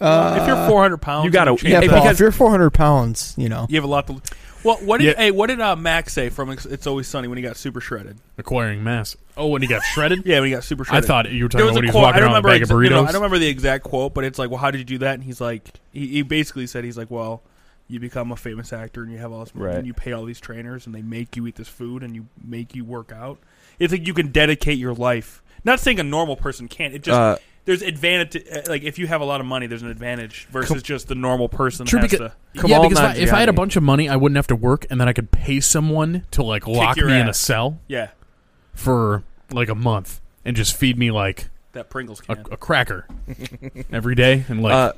K: Uh,
H: if you're 400 pounds,
G: you gotta-
H: and change
K: yeah,
G: if-
K: Paul,
G: because-
K: if you're 400 pounds, you know.
H: you have a lot to. Well, what did
A: Yeah.
H: hey? What did uh, Max say from It's- "It's Always Sunny" when he got super shredded?
A: Acquiring mass. Oh, when he got shredded?
H: Yeah, when he got super
A: I
H: shredded.
A: thought you were
H: there
A: talking about
H: was a
A: when he was
H: quote. I
A: walking
H: don't
A: around with a
H: remember.
A: bag of
H: Ex- you know, I
A: burritos.
H: don't remember the exact quote, but it's like, well, how did you do that? And he's like, he, he basically said he's like, well, you become a famous actor and you have all this,
G: Right.
H: and you pay all these trainers and they make you eat this food and you make you work out. It's like you can dedicate your life. Not saying a normal person can't. It just
G: Uh,
H: there's advantage. uh, Like if you have a lot of money, there's an advantage versus just the normal person.
A: True,
H: has
A: because-
H: to,
A: yeah,
G: Kamal
A: because if I, if I had a
G: Nanjiani.
A: bunch of money, I wouldn't have to work, and then I could pay someone to like lock
H: your
A: me in a
H: ass.
A: cell
H: yeah,
A: for like a month and just feed me like
H: that Pringles can.
A: a, a cracker every day and like
G: uh,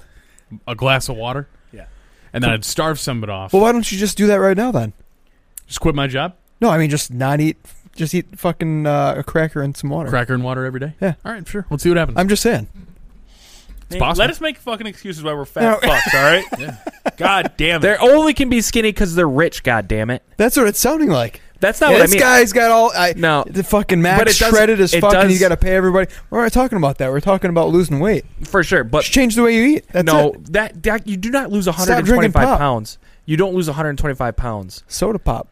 A: a glass of water.
H: Yeah.
A: and then I'd starve somebody off.
K: Well, why don't you just do that right now then?
A: just quit my job,
K: No, I mean just not eat just eat fucking uh, a cracker and some water.
A: cracker and water every day.
K: Yeah.
A: all right, sure. Let's see what happens.
K: I'm just saying.
H: Hey,
A: possible.
H: Let us make fucking excuses why we're fat fucks. All right. God damn it.
G: they only can be skinny because they're rich. God damn it.
K: That's what it's sounding like.
G: That's not
K: Yeah,
G: what I
K: this
G: mean.
K: guy's got all I,
G: No.
K: the fucking
G: But
K: max
G: it does-
K: shredded as
G: it
K: fuck, and
G: does-
K: you got to pay everybody. We're not talking about that. We're talking about losing weight.
G: for sure. But
K: Just change the way you eat. That's
G: no,
K: it.
G: that that you do not lose
K: Stop drinking
G: 125
K: pop.
G: pounds. You don't lose 125 pounds.
K: Soda pop,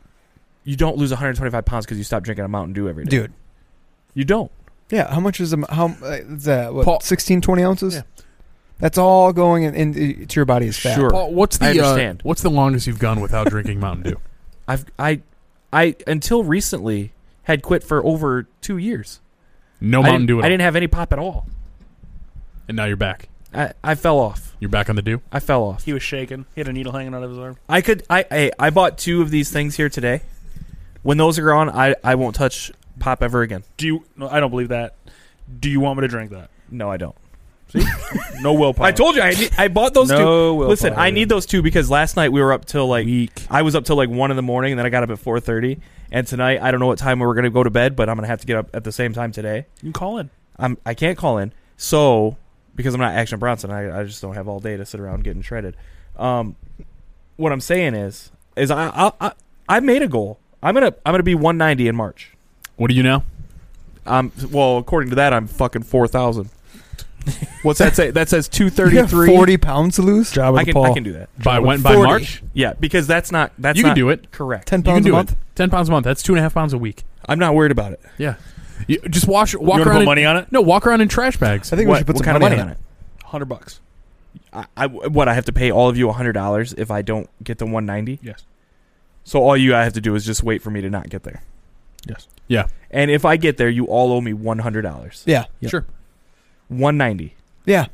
G: You don't lose 125 pounds because you stop drinking a Mountain Dew every day.
K: dude.
G: You don't.
K: Yeah, how much is a, how uh, is that? What
A: Paul-
K: sixteen twenty ounces?
A: Yeah.
E: That's all going in, in, into your body as fat.
A: Paul, what's the
G: I
A: uh,
G: understand.
A: what's the longest you've gone without drinking Mountain Dew?
G: I've I I until recently had quit for over two years.
A: No
G: I
A: Mountain
G: didn't-
A: Dew at
G: I
A: all.
G: didn't have any pop at all.
A: And now you're back.
G: I, I fell off.
A: You're back on the Dew.
G: I fell off.
H: He was shaking. He had a needle hanging out of his arm.
G: I could I I, I bought two of these things here today. When those are gone, I, I won't touch pop ever again.
H: Do you? No, I don't believe that. Do you want me to drink that?
G: No, I don't.
H: See, no willpower.
G: I told you I, need- I bought those
H: No
G: two.
H: willpower.
G: Listen, I need those two because last night we were up till like I was up till like one in the morning, and then I got up at four thirty. And tonight I don't know what time we're going to go to bed, but I'm going to have to get up at the same time today.
H: You can call in.
G: I'm I can't call in. So because I'm not Action Bronson, I, I just don't have all day to sit around getting shredded. Um, what I'm saying is is I I, I I made a goal. I'm gonna I'm gonna be 190 in March.
A: What do you know?
G: Um, well, according to that, I'm fucking four thousand. What's that say? That says two
E: You
G: thirty
E: got
G: three.
E: 40 pounds to lose? Job
G: I can I can do that
A: By
G: Job
A: when?
G: of
A: By
G: 40.
A: March?
G: Yeah, because that's not that's
A: you can
G: not
A: do it.
G: Correct.
E: 10
A: You can
E: pounds
A: do
E: a month?
A: it. Ten pounds a month. That's two and a half pounds a week.
G: I'm not worried about it.
A: Yeah. You, just wash, walk
H: wanna
A: around.
H: put
A: in-
H: money on it?
A: No, walk around in trash bags.
E: I think we should put some
G: kind
E: money,
G: of
E: on it.
H: Hundred bucks.
G: I, I what I have to pay all of you hundred dollars if I don't get the one ninety.
H: Yes.
G: So all you I have to do is just wait for me to not get there.
H: Yes.
A: Yeah.
G: And if I get there, you all owe me one hundred dollars.
E: Yeah.
A: Sure.
G: One ninety
E: Yeah.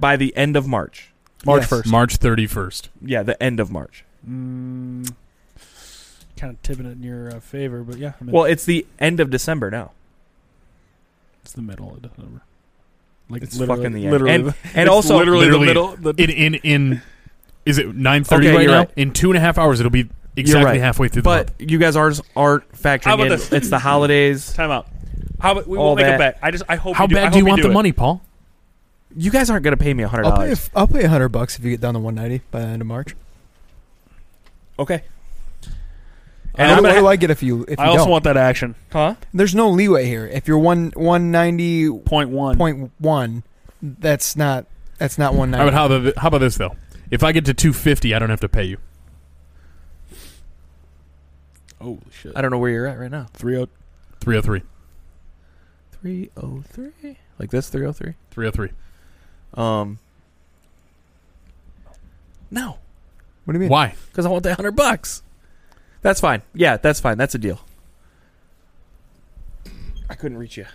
G: by the end of March.
E: March
G: Yes.
E: 1st.
A: March 31st.
G: Yeah, the end of March.
H: Mm, kind of tipping it in your uh, favor, but yeah. I mean,
G: Well, it's the end of December now.
H: it's the middle of December. Like
G: It's
H: literally-
G: fucking the end.
H: literally
G: And,
H: the-
G: and
H: it's
G: also
H: literally,
A: literally-
H: the middle. The,
A: In in in, is it nine thirty
G: Okay,
A: right
G: you're
A: now?
G: right.
A: In two and a half hours, it'll be exactly
G: right.
A: halfway through the
G: but
A: month.
G: you guys aren't aren't
H: How
G: factoring
H: about
G: in.
H: this?
G: It's the holidays.
H: time out. How about we
G: All
H: will make
G: that.
H: a bet? I just I hope.
A: How
H: you do, I
A: bad
H: hope
A: do you want the
H: it.
A: money, Paul?
G: You guys aren't going to pay me hundred
E: I'll pay,
G: dollars.
E: if, I'll pay 100 bucks if you get down to 190 by the end of March.
G: Okay.
E: And what,
G: I'm gonna
E: what
G: ha-
E: do I get if you, if you
H: I also
E: don't?
H: want that action.
G: Huh?
E: There's no leeway here. If you're one, 190.1,
H: Point one.
E: that's not that's not
A: All right,
E: 190.
A: how about how about this though? If I get to two fifty, I don't have to pay you.
H: Holy shit.
G: I don't know where you're at right now.
H: Three oh.
A: Three hundred three.
G: Three oh three, like this three oh three.
A: Three hundred three.
G: Um. No,
E: What do you mean?
A: Why?
G: because I want that hundred bucks. That's fine. Yeah, that's fine. That's a deal. I couldn't reach you.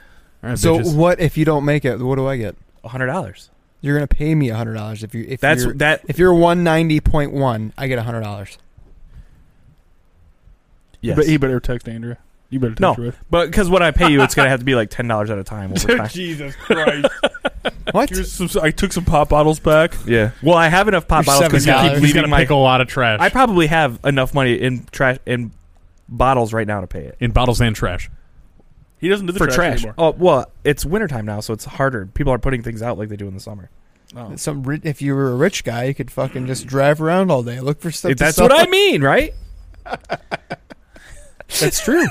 A: All right,
E: So
A: bitches.
E: what if you don't make it? What do I get?
G: A hundred dollars.
E: You're gonna pay me hundred dollars if you if
G: That's
E: you're,
G: that.
E: if you're one ninety point one, I get hundred dollars.
G: Yes.
H: But he better text Andrea. You better text
G: No.
H: Ruth.
G: But because when I pay you, it's gonna have to be like ten dollars at a time over time.
H: Jesus Christ.
E: What?
H: Here's some, I took some pop bottles back.
G: yeah. Well, I have enough pop
E: You're
G: bottles because you
E: $7. He's
G: keep
A: he's gonna
G: leaving my.
A: pick a lot of trash
G: I probably have enough money in trash in bottles right now to pay it
A: in bottles and trash.
H: He doesn't do the
G: for
H: trash,
G: trash.
H: anymore.
G: Oh well, it's wintertime now, so it's harder. People are putting things out like they do in the summer.
E: Some ri- if you were a rich guy, you could fucking just drive around all day, look for stuff. to
G: That's
E: sell.
G: what I mean, right?
E: That's true.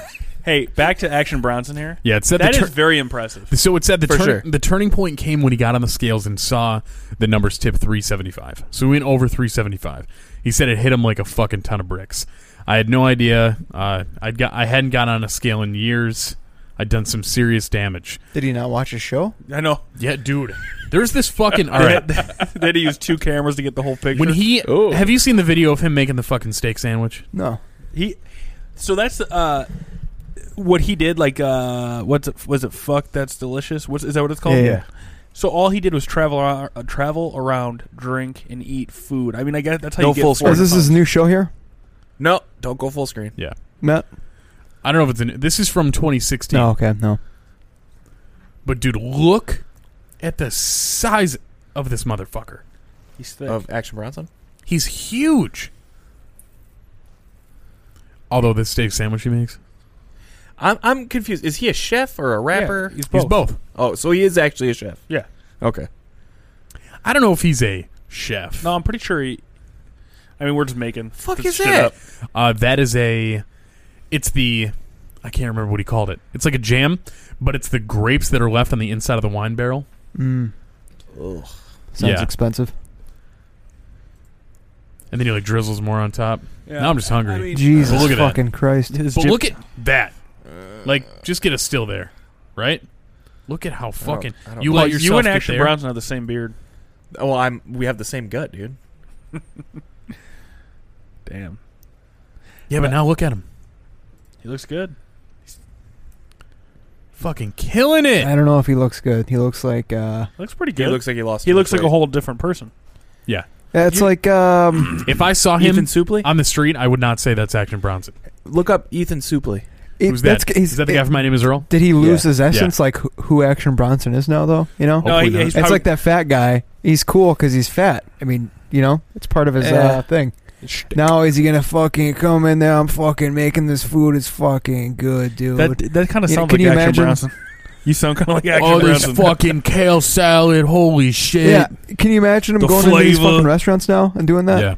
H: Hey, back to Action Bronson here.
A: Yeah, it's at
H: That
A: the
H: is
A: tur-
H: very impressive.
A: So it said the
G: For
A: turn-
G: sure.
A: the turning point came when he got on the scales and saw the numbers tip 375. So we went over 375. He said it hit him like a fucking ton of bricks. I had no idea. Uh, I'd got I hadn't got on a scale in years. I'd done some serious damage.
E: Did he not watch a show?
H: I know.
A: Yeah, dude. There's this fucking all right.
H: they had to use two cameras to get the whole picture.
A: When he have you seen the video of him making the fucking steak sandwich?
E: No.
H: he, so that's uh, what he did. Like, uh, what's it, was it? Fuck, that's delicious. What's is that? What it's called?
E: Yeah, yeah.
H: So all he did was travel, ar- uh, travel around, drink, and eat food. I mean, I guess that's how
G: No
H: you get
G: full
H: four
E: Oh,
G: Or-
E: is this his new show here?
G: No, don't go full screen.
A: Yeah.
E: No.
A: I don't know if it's in this is from 2016.
E: No. Okay. No.
A: But dude, look at the size of this motherfucker.
H: He's thick.
G: Of Action Bronson.
A: He's huge. Although this steak sandwich he makes,
G: I'm I'm confused. Is he a chef or a rapper?
H: Yeah, he's
A: he's both.
G: Oh, so he is actually a chef.
H: Yeah.
G: Okay.
A: I don't know if he's a chef.
H: No, I'm pretty sure he. I mean, we're just making
G: Fuck
H: this
G: is
H: shit
G: that?
H: up.
A: Uh, that is a. It's the. I can't remember what he called it. It's like a jam, but it's the grapes that are left on the inside of the wine barrel.
E: Mm. Sounds
A: Yeah.
E: expensive.
A: And then he like drizzles more on top.
H: Yeah.
A: Now I'm just hungry.
H: I mean-
E: Jesus
A: But look at that.
E: fucking Christ!
A: but look at that.
G: Uh.
A: Like, just get a still there, right? Look at how fucking
G: I don't
A: you
G: know.
A: let
H: you
A: yourself
H: and
A: get
H: Action
A: there.
H: Bronson have the same beard.
G: Well, I'm. We have the same gut, dude.
H: Damn.
A: Yeah, but now look at him.
H: He looks good.
A: Fucking killing it.
K: I don't know if he looks good. He looks like uh
H: Looks pretty
G: He
H: good.
G: looks like he lost.
H: He
G: too
H: looks
G: much
H: like a
G: weight.
H: whole different person.
A: Yeah.
K: yeah, it's like um
A: If I saw him
G: Ethan Suplee.
A: on the street, I would not say that's Action Bronson.
G: Uh, Look up Ethan Suplee.
K: it-
A: Who's that?
K: that's- he's-
A: Is that the guy
K: it-
A: from My Name Is Earl?
K: Did he lose
G: Yeah.
K: his essence like who, who Action Bronson is now though? You know?
H: No,
A: Hopefully
H: he,
A: not.
H: he's
K: it's
H: probably,
K: like that fat guy. He's cool because he's fat. I mean, you know, it's part of his
G: Yeah.
K: uh, thing. Now is he gonna fucking come in there? I'm fucking making this food. It's fucking good, dude.
H: that. That kind of
K: Yeah,
H: sounds
K: can
H: like
K: you
H: Action
K: imagine?
H: Bronson. You sound kind of like Action
A: Oh, this
H: Bronson.
A: fucking kale salad. Holy shit.
K: yeah, can you imagine him
H: The
K: going into these
H: flavor.
K: fucking restaurants now and doing that?
A: Yeah.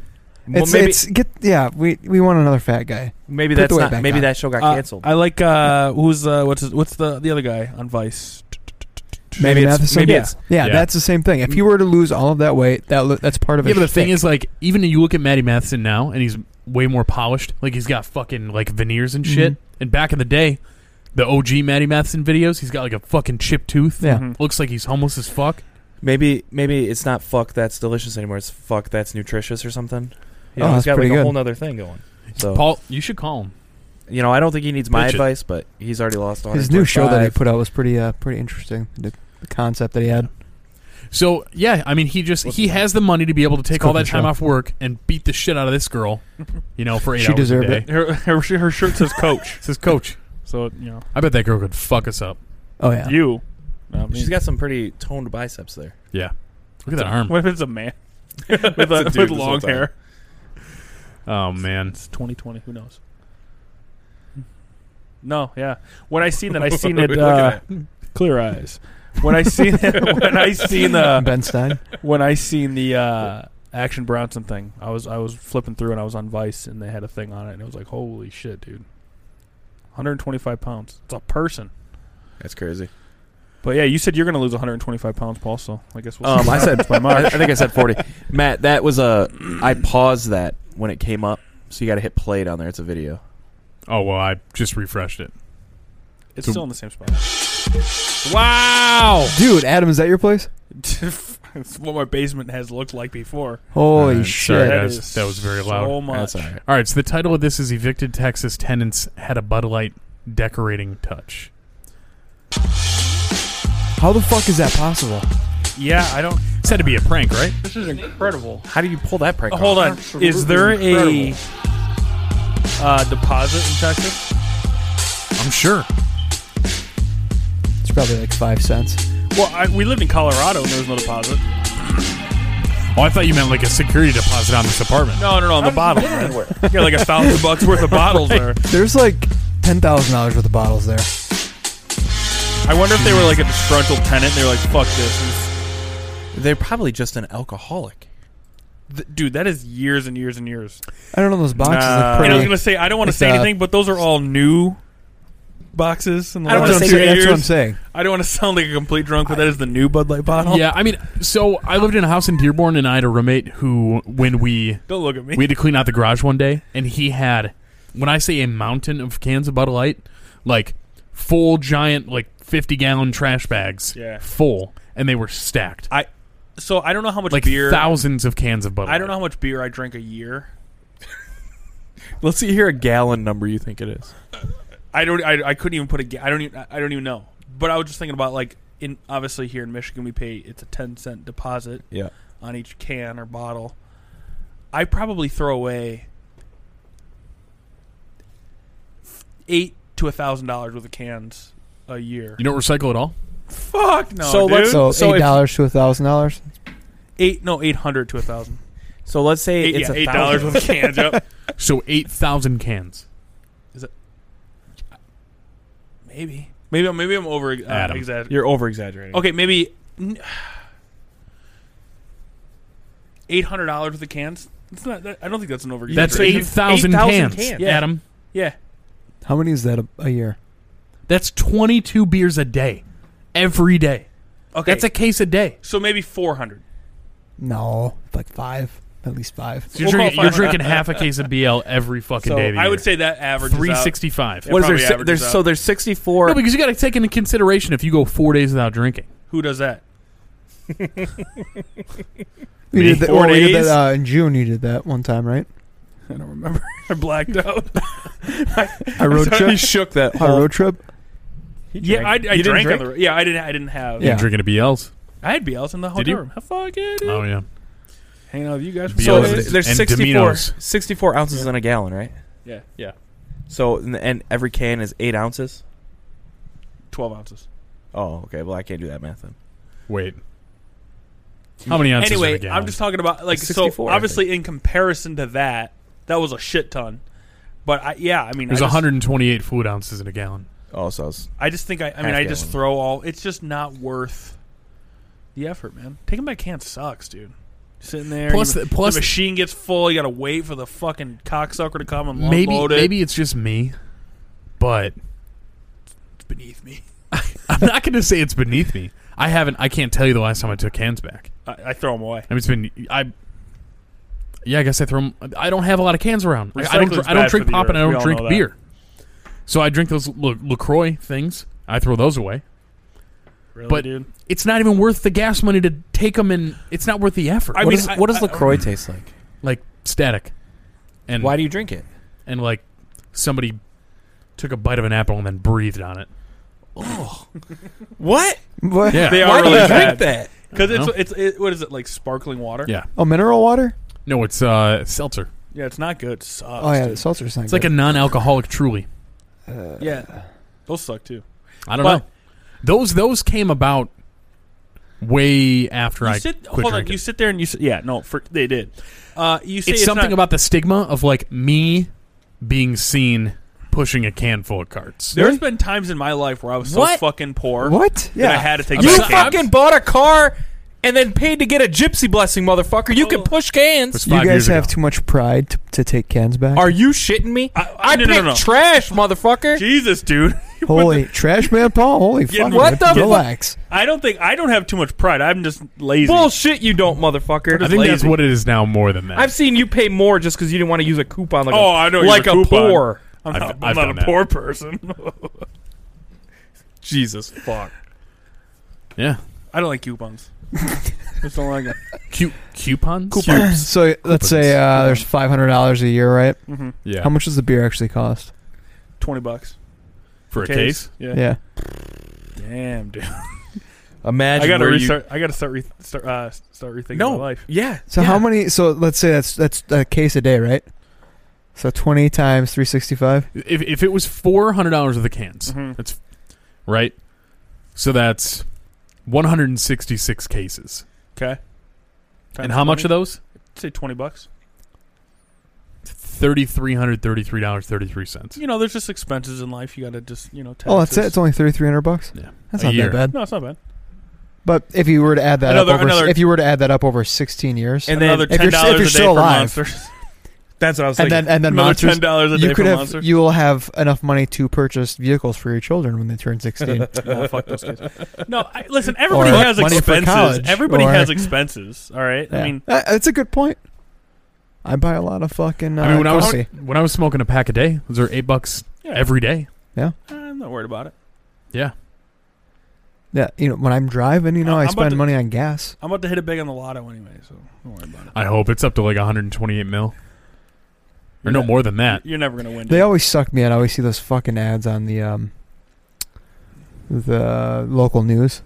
G: Well,
K: it's,
G: maybe
K: it's get yeah. We we want another fat guy.
G: maybe
K: put
G: that's
K: the weight
G: not.
K: back
G: Maybe
K: on.
G: that show got
H: Uh,
G: canceled.
H: I like uh, who's uh, what's his, what's the the other guy on Vice?
K: Maybe
G: it's-
K: Matheson?
G: Maybe
K: Yeah.
G: it's
K: Yeah,
A: Yeah.
K: that's the same thing. If you were to lose all of that weight, that lo- that's part of
A: Yeah,
K: his
A: but the thing
K: shtick.
A: is, like, even you look at Matty Matheson now, and he's way more polished. Like, he's got fucking like veneers and shit.
K: Mm-hmm.
A: And back in the day, the OG Matty Matheson videos, he's got like a fucking chipped tooth.
K: Yeah.
H: Mhm.
A: looks like he's homeless as fuck.
G: maybe maybe it's not fuck that's delicious anymore. It's fuck that's nutritious or something. You
K: Oh,
G: know, he's
K: that's
G: got like
K: pretty
G: a
K: good.
G: whole other thing going. So
A: Paul, you should call him.
G: you know, I don't think he needs my
A: Pitch it.
G: advice, but he's already lost.
K: his new show that he
G: 125.
K: put out was pretty uh pretty interesting. The, the concept that he had.
A: So yeah, I mean, he just he has the money to be able to take all that
K: cooking
A: time
K: show.
A: off work and beat the shit out of this girl. You know, for eight
K: She
A: hours
K: deserved
A: a day.
K: it.
H: Her, her her shirt says Coach,
A: It says, Coach,
H: so you know
A: I bet that girl could fuck us up.
K: Oh yeah,
H: you. not me.
G: She's got some pretty toned biceps there.
A: Yeah, look at that arm.
H: What if it's a man with, a,
G: a dude
H: with
G: this
H: long
G: whole time.
H: hair?
A: Oh man,
H: It's 2020. Who knows? No, yeah. When I seen it, I seen it.
G: Look
H: Uh,
G: at
H: clear eyes. When I seen when I seen uh,
K: Ben Stein.
H: when I seen the uh, Action Bronson thing, I was I was flipping through and I was on Vice and they had a thing on it and it was like, holy shit, dude, 125 pounds. It's a person.
G: That's crazy.
H: But yeah, you said you're gonna lose 125 pounds, Paul. So I guess we'll.
G: Um,
H: see.
G: I said my I, I think I said forty. Matt, that was a. I paused that when it came up, so you got to hit play down there. It's a video.
A: Oh well, I just refreshed it.
H: it's still in the same spot.
A: Wow.
K: Dude, Adam, is that your place?
H: it's what my basement has looked like before.
K: Holy
A: Uh,
K: shit!
A: sorry, guys. That was very loud.
H: So much.
G: That's all right.
A: All right, so the title of this is Evicted Texas Tenants Had a Bud Light Decorating Touch.
K: How the fuck is that possible?
H: Yeah, I don't.
A: It's had to be a prank, right?
H: This is incredible.
G: How do you pull that prank?
H: Oh, Hold
G: off?
H: on. Is there a uh, deposit in Texas?
A: I'm sure.
K: It's probably like five cents.
H: Well, I, we lived in Colorado and there was no deposit.
A: Oh, I thought you meant like a security deposit on this apartment.
H: No, no, no, on the bottle. Right? yeah, like a thousand bucks worth of bottles there.
K: There's like ten thousand dollars worth of bottles there.
H: I wonder if they were like a disgruntled tenant. and They were like, "Fuck this,
G: They're probably just an alcoholic.
H: Th- dude." That is years and years and years.
K: I don't know those boxes.
G: Nah.
K: Look
H: And I was
K: pretty.
H: gonna say I don't want to
K: It's,
H: say
K: uh,
H: anything, but those are all new boxes. In the
G: I don't
H: last
G: wanna
K: that's, what I'm
H: two
K: saying, that's
H: years.
K: what I'm saying.
H: I don't want to sound like a complete drunk, but that is the new Bud Light bottle.
A: Yeah, I mean, so I lived in a house in Dearborn, and I had a roommate who, when we
H: Don't look at me.
A: we had to clean out the garage one day, and he had, when I say a mountain of cans of Bud Light, like full giant like 50 gallon trash bags,
H: Yeah.
A: full, and they were stacked,
H: I so I don't know how much
A: like
H: beer.
A: thousands of cans of Bud Light.
H: I don't know how much beer I drink a year.
G: Let's see here a gallon number you think it is.
H: I don't. I, I couldn't even put a. ga- I don't. Even, I don't even know. But I was just thinking about like in obviously here in Michigan we pay it's a ten cent deposit
G: Yeah.
H: on each can or bottle. I probably throw away eight to a thousand dollars worth of cans a year.
A: You don't recycle at all.
H: Fuck no,
G: So
H: dude.
G: let's-
K: So,
G: So
K: eight
G: if-
K: dollars to a thousand dollars.
H: eight no eight hundred to a thousand.
G: So let's say
H: Eight,
G: it's
H: yeah,
G: a
H: eight
G: thousand.
H: dollars worth of cans. Yep.
A: So 8,000 cans.
H: Maybe. Maybe I'm maybe I'm over uh,
A: Adam.
H: exaggerating.
G: You're over exaggerating.
H: Okay, maybe eight hundred dollars with the cans. It's not. That, I don't think that's an over.
A: That's 8,000
H: exaggeration.
G: 8,000
A: cans,
G: cans.
H: Yeah.
A: Adam.
H: Yeah,
K: How many is that a, a year?
A: That's 22 beers a day. Every day.
H: Okay.
A: That's a case a day.
H: so maybe four hundred.
K: No, like five, at least five.
A: So you're,
H: We'll
A: drinking,
H: call it
A: you're
H: 500.
A: drinking half a case of BL every fucking
G: So,
A: day. of the
H: I would
A: year.
H: say that average
A: 365.
H: What-
G: What is there?
H: Probably
G: si-
H: averages
G: There's
H: out.
G: so there's 64.
A: No, because you got to take into consideration if you go four days without drinking.
H: Who does that?
K: You
H: Me?
K: did that,
H: Four
K: well, we did
H: days?
K: that, uh, in June. You did that one time, right?
H: I don't remember. I blacked out. I,
K: I road trip.
G: He shook that.
K: I
G: whole-
K: road trip.
H: Yeah, I, I
G: You
H: drank,
G: didn't
H: on
G: drink?
H: the road. Yeah, I didn't. I didn't have.
A: You drinking a BL's?
H: I had BLs in the hotel
A: you?
H: room. How fuck it?
A: Oh yeah.
H: Hanging out with you guys. For
G: So
A: BLs
H: four
A: and-
G: th-
H: days.
G: there's
A: and
G: 64,
A: Domino's.
G: 64 ounces in a gallon, right?
H: yeah, yeah,
G: So and- and every can is eight ounces.
H: twelve ounces.
G: Oh, okay. Well, I can't do that math then.
A: Wait. How many ounces? in a
H: anyway,
A: gallon?
H: I'm just talking about like
G: It's
H: so.
G: 64, I
H: Obviously, in comparison to that, that was a shit ton. But I, yeah, I mean,
A: There's
H: I just,
A: 128 fluid ounces in a gallon.
G: Oh, so I was
H: I just think I. I mean,
G: half
H: I just
G: gallon.
H: throw all. It's just not worth the effort, man. Taking back cans sucks, dude. Sitting there,
A: Plus
H: you-
A: the- plus-
H: the machine gets full. You gotta wait for the fucking cocksucker to come and
A: Maybe
H: unload it.
A: maybe it's just me, but
H: it's beneath me.
A: I'm not going to say it's beneath me. I haven't. I can't tell you the last time I took cans back.
H: I, I throw them away.
A: I mean, it's been I. Yeah, I guess I throw. 'em- I don't have a lot of cans around. Like, I don't.
H: Recycling's
A: I don't
H: bad
A: drink
H: for the
A: pop and I
H: earth. We
A: don't
H: all
A: drink
H: know that.
A: beer. So I drink those La- Lacroix things. I throw those away.
H: Really,
A: But-
H: dude.
A: It's not even worth the gas money to take them, and it's not worth the effort.
H: I
G: what
H: mean,
G: does-
H: I-
G: what does
H: I-
G: Lacroix taste like?
A: like static, and
G: Why do you drink it?
A: and like somebody took a bite of an apple and then breathed on it.
G: What?
K: What?
A: Yeah,
H: They are
G: Why do
H: really
G: you
H: bad.
G: drink that?
H: Because it's
A: know.
H: it's it, what is it like sparkling water?
A: Yeah.
K: Oh, mineral water.
A: No, it's uh, seltzer.
H: yeah, it's not good. It sucks.
K: Oh yeah, the
H: dude.
K: seltzer's not
A: It's like a
K: good.
A: non-alcoholic Truly.
H: yeah. Those suck too.
A: I don't
H: But-
A: know. Those those came about way after
H: You
A: I
H: sit,
A: quit
H: hold on.
A: drinking.
H: You sit there and you sit, yeah no for, they did. Uh, you say
A: it's,
H: it's,
A: something
H: not-
A: about the stigma of like me being seen pushing a can full of cards.
H: There's been times in my life where I was so
G: What?
H: fucking poor.
K: what?
H: That
K: Yeah.
H: I had to take
A: You
H: my
A: fucking-
H: cans.
A: Cans?
G: bought a car and then paid to get a gypsy blessing, motherfucker. You can
A: It's
G: push cans.
K: you
A: five
K: guys
A: years
K: have
A: ago.
K: too much pride to, to take cans back.
G: Are you shitting me?
H: I- I- no, no,
G: picked
H: no.
G: trash, motherfucker.
H: Jesus, dude.
K: holy trash man, Paul. Holy fuck!
G: what the
K: Relax.
H: I don't think I don't have too much pride. I'm just lazy.
G: Bullshit, you don't, motherfucker.
A: I think that's what it is now more than that.
G: I've seen you pay more just because you didn't want to use a coupon like
H: Oh,
G: a,
H: I know you're
G: like
H: a
G: a,
H: coupon.
G: poor.
H: I'm
A: I've-
H: not, I'm
A: I've
H: not
A: done
H: a
A: that.
H: poor person.
G: Jesus, fuck.
A: yeah.
H: I don't like coupons. just don't like them.
A: Cu- coupons?
K: So let's say uh, there's five hundred dollars a year, right?
A: Yeah.
K: How much does the beer actually cost?
H: Mm-hmm. Twenty bucks.
A: for a case?
H: Yeah.
K: Yeah.
H: Damn, dude.
G: Imagine
H: I gotta
G: where you-
H: restart. I gotta start re- start uh, start rethinking
G: no,
H: my life.
G: yeah.
K: So
G: yeah.
K: how many? So let's say that's that's a case a day, right? So twenty times three sixty-five.
A: If, if it was four hundred dollars of the cans,
H: Mhm.
A: that's
K: Uh-huh.
A: right. So that's one hundred and sixty six cases.
H: Okay.
A: and how much of those?
H: Say twenty bucks.
A: Thirty three hundred thirty three dollars thirty three cents.
H: You know, there's just expenses in life. You gotta just you know. Taxes.
K: Oh, that's it. It's only thirty-three hundred bucks.
A: Yeah.
K: That's
A: A
K: not
A: year.
K: that bad.
H: no, it's not bad.
K: But if you were to add that
H: Another-
K: up over,
H: another-
K: if you were to add that up over sixteen years,
G: And then
H: Another
K: if you're
H: ten
K: s- if
H: dollars
K: you're
H: a day
K: still
H: for
K: alive,
H: monsters.
G: That's what I was
K: and
G: thinking.
K: then and then
H: Another
K: monsters,
H: ten dollars a day
K: you could
H: for
K: have
H: monsters.
K: you will have enough money to purchase vehicles for your children when they turn sixteen.
H: Oh, fuck those kids. No, I, listen. Everybody
K: Or
H: has
K: money for
H: expenses.
K: college,
H: everybody
K: or-
H: has expenses. All right.
K: Yeah.
H: I mean,
K: Uh, it's a good point. I buy a lot of fucking. Uh,
A: I mean, when I was
K: coffee.
A: when I was smoking a pack a day, was there eight bucks
H: Yeah.
A: every day?
H: eh, I'm not worried about it.
A: Yeah,
K: yeah, you know, when I'm driving, you know,
H: I-
K: I
H: I'm about
K: spend
H: to-
K: money on gas.
H: I'm about to hit it big on the lotto anyway, so don't worry about it.
A: I hope it's up to like 128 mil, or no
H: Yeah.
A: more than that.
H: You're never gonna win.
K: They
H: dude.
K: always suck me in. I always see those fucking ads on the um, the local news.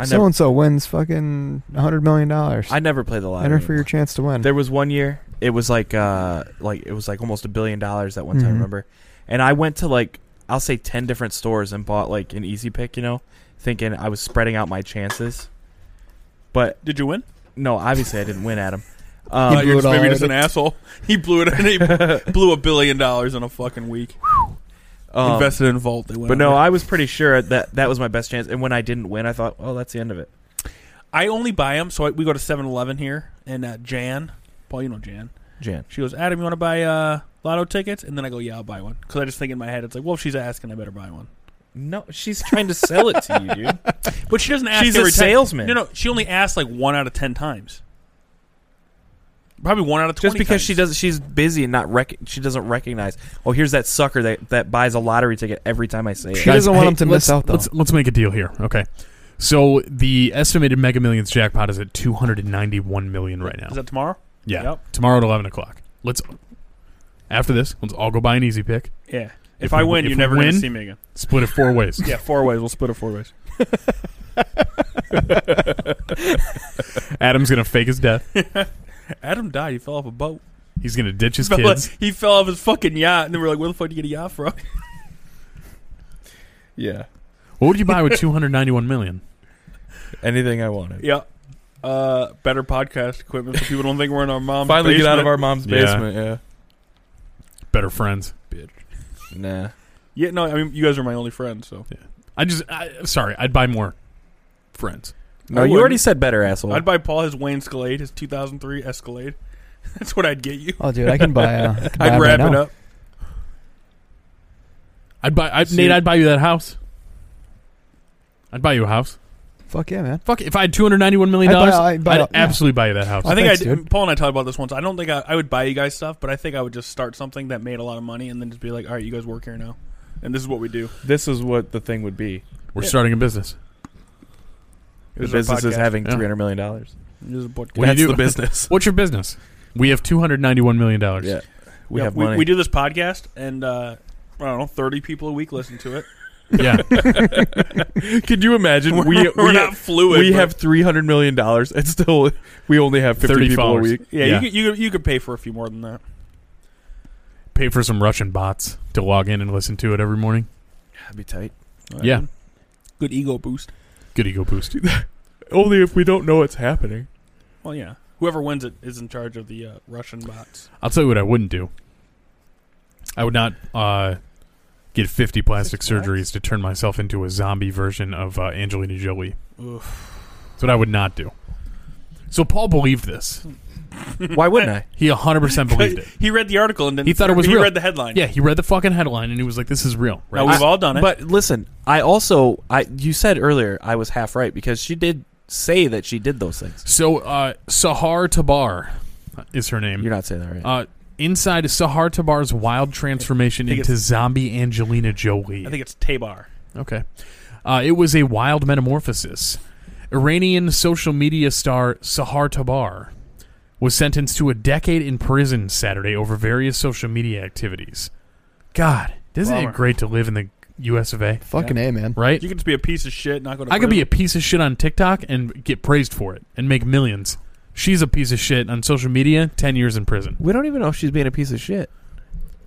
G: I
K: So
G: never,
K: and so wins fucking hundred million dollars.
G: I never played the lottery.
K: Enter for your
G: anymore.
K: chance to win.
G: There was one year. It was like uh like it was like almost a billion dollars that one time.
K: Mhm.
G: Remember? And I went to like I'll say ten different stores and bought like an easy pick. You know, thinking I was spreading out my chances. But
H: Did you win?
G: no, obviously I didn't win, Adam.
K: He
G: Um,
K: Uh, blew
H: You're
K: it all
H: maybe
K: out
H: just
K: of
H: an asshole. He blew it. And he blew a billion dollars in a fucking week.
G: um,
H: Invested in Vault. They went.
G: but no,
H: under.
G: I was pretty sure that that was my best chance. And when I didn't win, I thought, oh, that's the end of it.
H: I only buy them. So I, we go to 7-Eleven here, and uh, Jan, Paul, you know Jan.
G: Jan.
H: She goes, Adam, you want to buy uh, lotto tickets? And then I go, Yeah, I'll buy one because I just think in my head it's like, well, if she's asking, I better buy one.
G: No, she's trying to sell it to you, dude.
H: But she doesn't ask.
G: She's a
H: every time-
G: salesman.
H: No, no, she only asks like one out of ten times. Probably one out of twenty.
G: Just because she
H: times.
G: doesn't, she's busy and not rec- she doesn't recognize. Oh, here's that sucker that that buys a lottery ticket every time I say it.
K: She doesn't want him to miss
A: let's-
K: out, though.
A: Let's let's make a deal here, okay? So the estimated Mega Millions jackpot is at 291 million right now.
H: Is that tomorrow?
A: Yeah.
H: Yep.
A: Tomorrow at 11 o'clock. Let's after this. Let's all go buy an easy pick.
H: Yeah. If, I
A: we-
H: win,
A: if
H: you're
A: we
H: never going
A: win,
H: to see me again.
A: Split it four ways.
H: yeah, four ways. We'll split it four ways.
A: Adam's gonna fake his death.
H: Adam died. He fell off a boat.
A: He's gonna ditch his
H: Fell-
A: kids.
H: he fell off his fucking yacht, and then we're like, "Where the fuck did you get a yacht from?"
G: Yeah.
A: What would you buy with 291 million?
G: Anything I wanted.
H: yeah. Uh, better podcast equipment so people don't think we're in our mom's.
G: Finally get out of
H: basement.
G: our mom's
A: Yeah.
G: basement, yeah.
A: Better friends.
G: Nah.
H: Yeah, no, I mean you guys are my only friends, so
A: I just I, sorry. I'd buy more friends.
H: I
G: No, Oh, you
H: wouldn't.
G: already said better, asshole.
H: I'd buy Paul his Wayne Escalade, his 2003 Escalade. That's what I'd get you.
K: Oh, dude, I can buy. Uh, I can buy
H: I'd
K: one
H: wrap
K: right
H: it
K: now.
H: up.
A: I'd buy I'd,
H: See-
A: Nate. I'd buy you that house. I'd buy you a house.
K: Fuck yeah, man.
A: Fuck if I had 291 million
K: I'd
A: dollars,
K: buy- I'd
A: I'd,
K: buy a- yeah.
A: absolutely buy you that house.
H: I think
K: thanks,
H: I
K: dude.
H: Paul and I talked about this once. I don't think I, I would buy you guys stuff, but I think I would just start something that made a lot of money and then just be like, "All right, you guys work here now, and this is what we do."
G: This is what the thing would be.
A: We're starting a business.
G: The
H: This is our
G: business is
H: podcast.
G: having
A: Yeah.
G: three hundred million dollars.
H: This is a podcast.
A: What do you
G: That's
A: do?
G: the business.
A: What's your business? We have 291 million dollars.
G: yeah. We
H: Yeah,
G: have money.
H: We, do this podcast, and uh, I don't know, thirty people a week listen to it.
A: Yeah.
G: Could you imagine?
H: We're,
G: we
H: we're
G: we
H: not fluid.
G: we
H: but-
G: have three hundred million dollars, and still we only have fifty
A: 30
G: people
A: followers.
G: a week.
H: yeah,
A: yeah.
H: You, could, you could- you could pay for a few more than that.
A: Pay for some Russian bots to log in and listen to it every morning.
G: That'd be tight.
A: Yeah.
H: good ego boost.
A: Good ego boost.
G: Only if we don't know what's happening.
H: Well, yeah, whoever wins it is in charge of the uh, Russian bots.
A: I'll tell you what I wouldn't do. I would not uh, get 50 plastic
G: Six
A: surgeries to turn myself into a zombie version of uh, Angelina Jolie.
H: Oof.
A: That's what I would not do. So Paul believed this.
G: Why wouldn't I?
A: He 100% believed it.
H: He read the article and didn't
A: He thought it was
H: he
A: real.
H: read the headline.
A: Yeah, he read the fucking headline and he was like, this is real. Right?
H: Now, we've
G: I-
H: all done it.
G: But listen, I also I you said earlier I was half right because she did say that she did those things.
A: so uh, Sahar Tabar is her name.
G: You're not saying that right.
A: Uh, inside is Sahar Tabar's wild transformation
H: I think
A: into zombie Angelina Jolie.
H: I think it's Tabar.
A: okay. Uh, it was a wild metamorphosis. Iranian social media star Sahar Tabar was sentenced to a decade in prison Saturday over various social media activities. God, isn't
H: Bummer.
A: it great to live in the U.S. of A?
K: Fucking a, man.
A: Right?
H: You could just be a piece of shit. Not go to
A: I could be a
H: prison.
A: piece of shit on TikTok and get praised for it and make millions. She's a piece of shit on social media, ten years in prison.
G: we don't even know if she's being a piece of shit.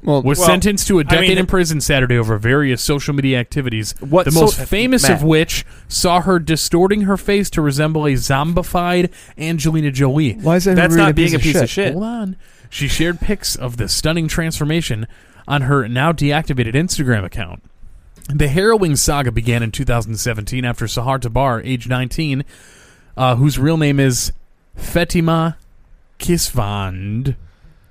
K: Well,
A: was
H: Well,
A: sentenced to a
H: I mean-
A: decade in prison Saturday over various social media activities.
G: What
A: the
G: so-
A: most famous of
G: Matt.
A: which saw her distorting her face to resemble a zombified Angelina Jolie.
K: why is that
G: That's not being a piece of, shit.
A: Hold on. She shared pics of the stunning transformation on her now deactivated Instagram account. The harrowing saga began in 2017 after Sahar Tabar, age 19, uh, whose real name is Fatima Kisvand.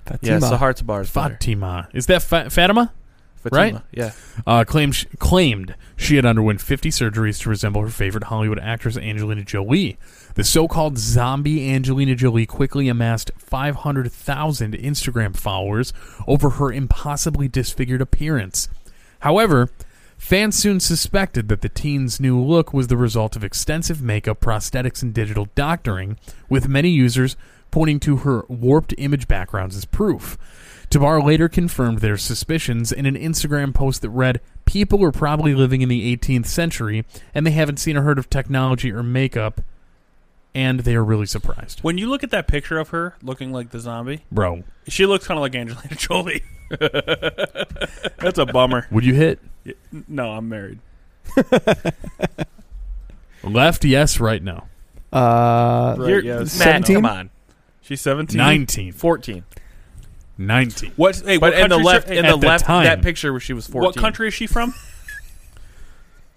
G: Yeah,
K: Fatima.
G: it's the heart to bars. better.
A: Fatima. Is that fa- Fatima?
G: Fatima.
A: right?
G: Yeah.
A: uh, claimed sh- claimed she had underwent 50 surgeries to resemble her favorite Hollywood actress Angelina Jolie. The so-called zombie Angelina Jolie quickly amassed 500,000 Instagram followers over her impossibly disfigured appearance. However, fans soon suspected that the teen's new look was the result of extensive makeup, prosthetics, and digital doctoring, with many users pointing to her warped image backgrounds as proof. Tabar later confirmed their suspicions in an Instagram post that read, People are probably living in the 18th century, and they haven't seen or heard of technology or makeup, and they are really surprised.
H: When you look at that picture of her looking like the zombie,
A: Bro,
H: she looks kind of like Angelina Jolie. That's a bummer.
A: would you hit
H: Yeah, n- No, I'm married.
A: left? Yes, right? No.
K: Uh,
H: Right,
G: You're,
H: yeah,
G: Matt,
H: it's-
K: Seventeen?
G: come on.
H: She's 17.
A: 19.
G: 14.
A: 19.
H: What? Hey, what
G: But in the
H: country's
G: left,
H: her-
G: in
A: at
G: the
A: the
G: left,
A: time.
G: that picture where she was 14.
H: what country is she from?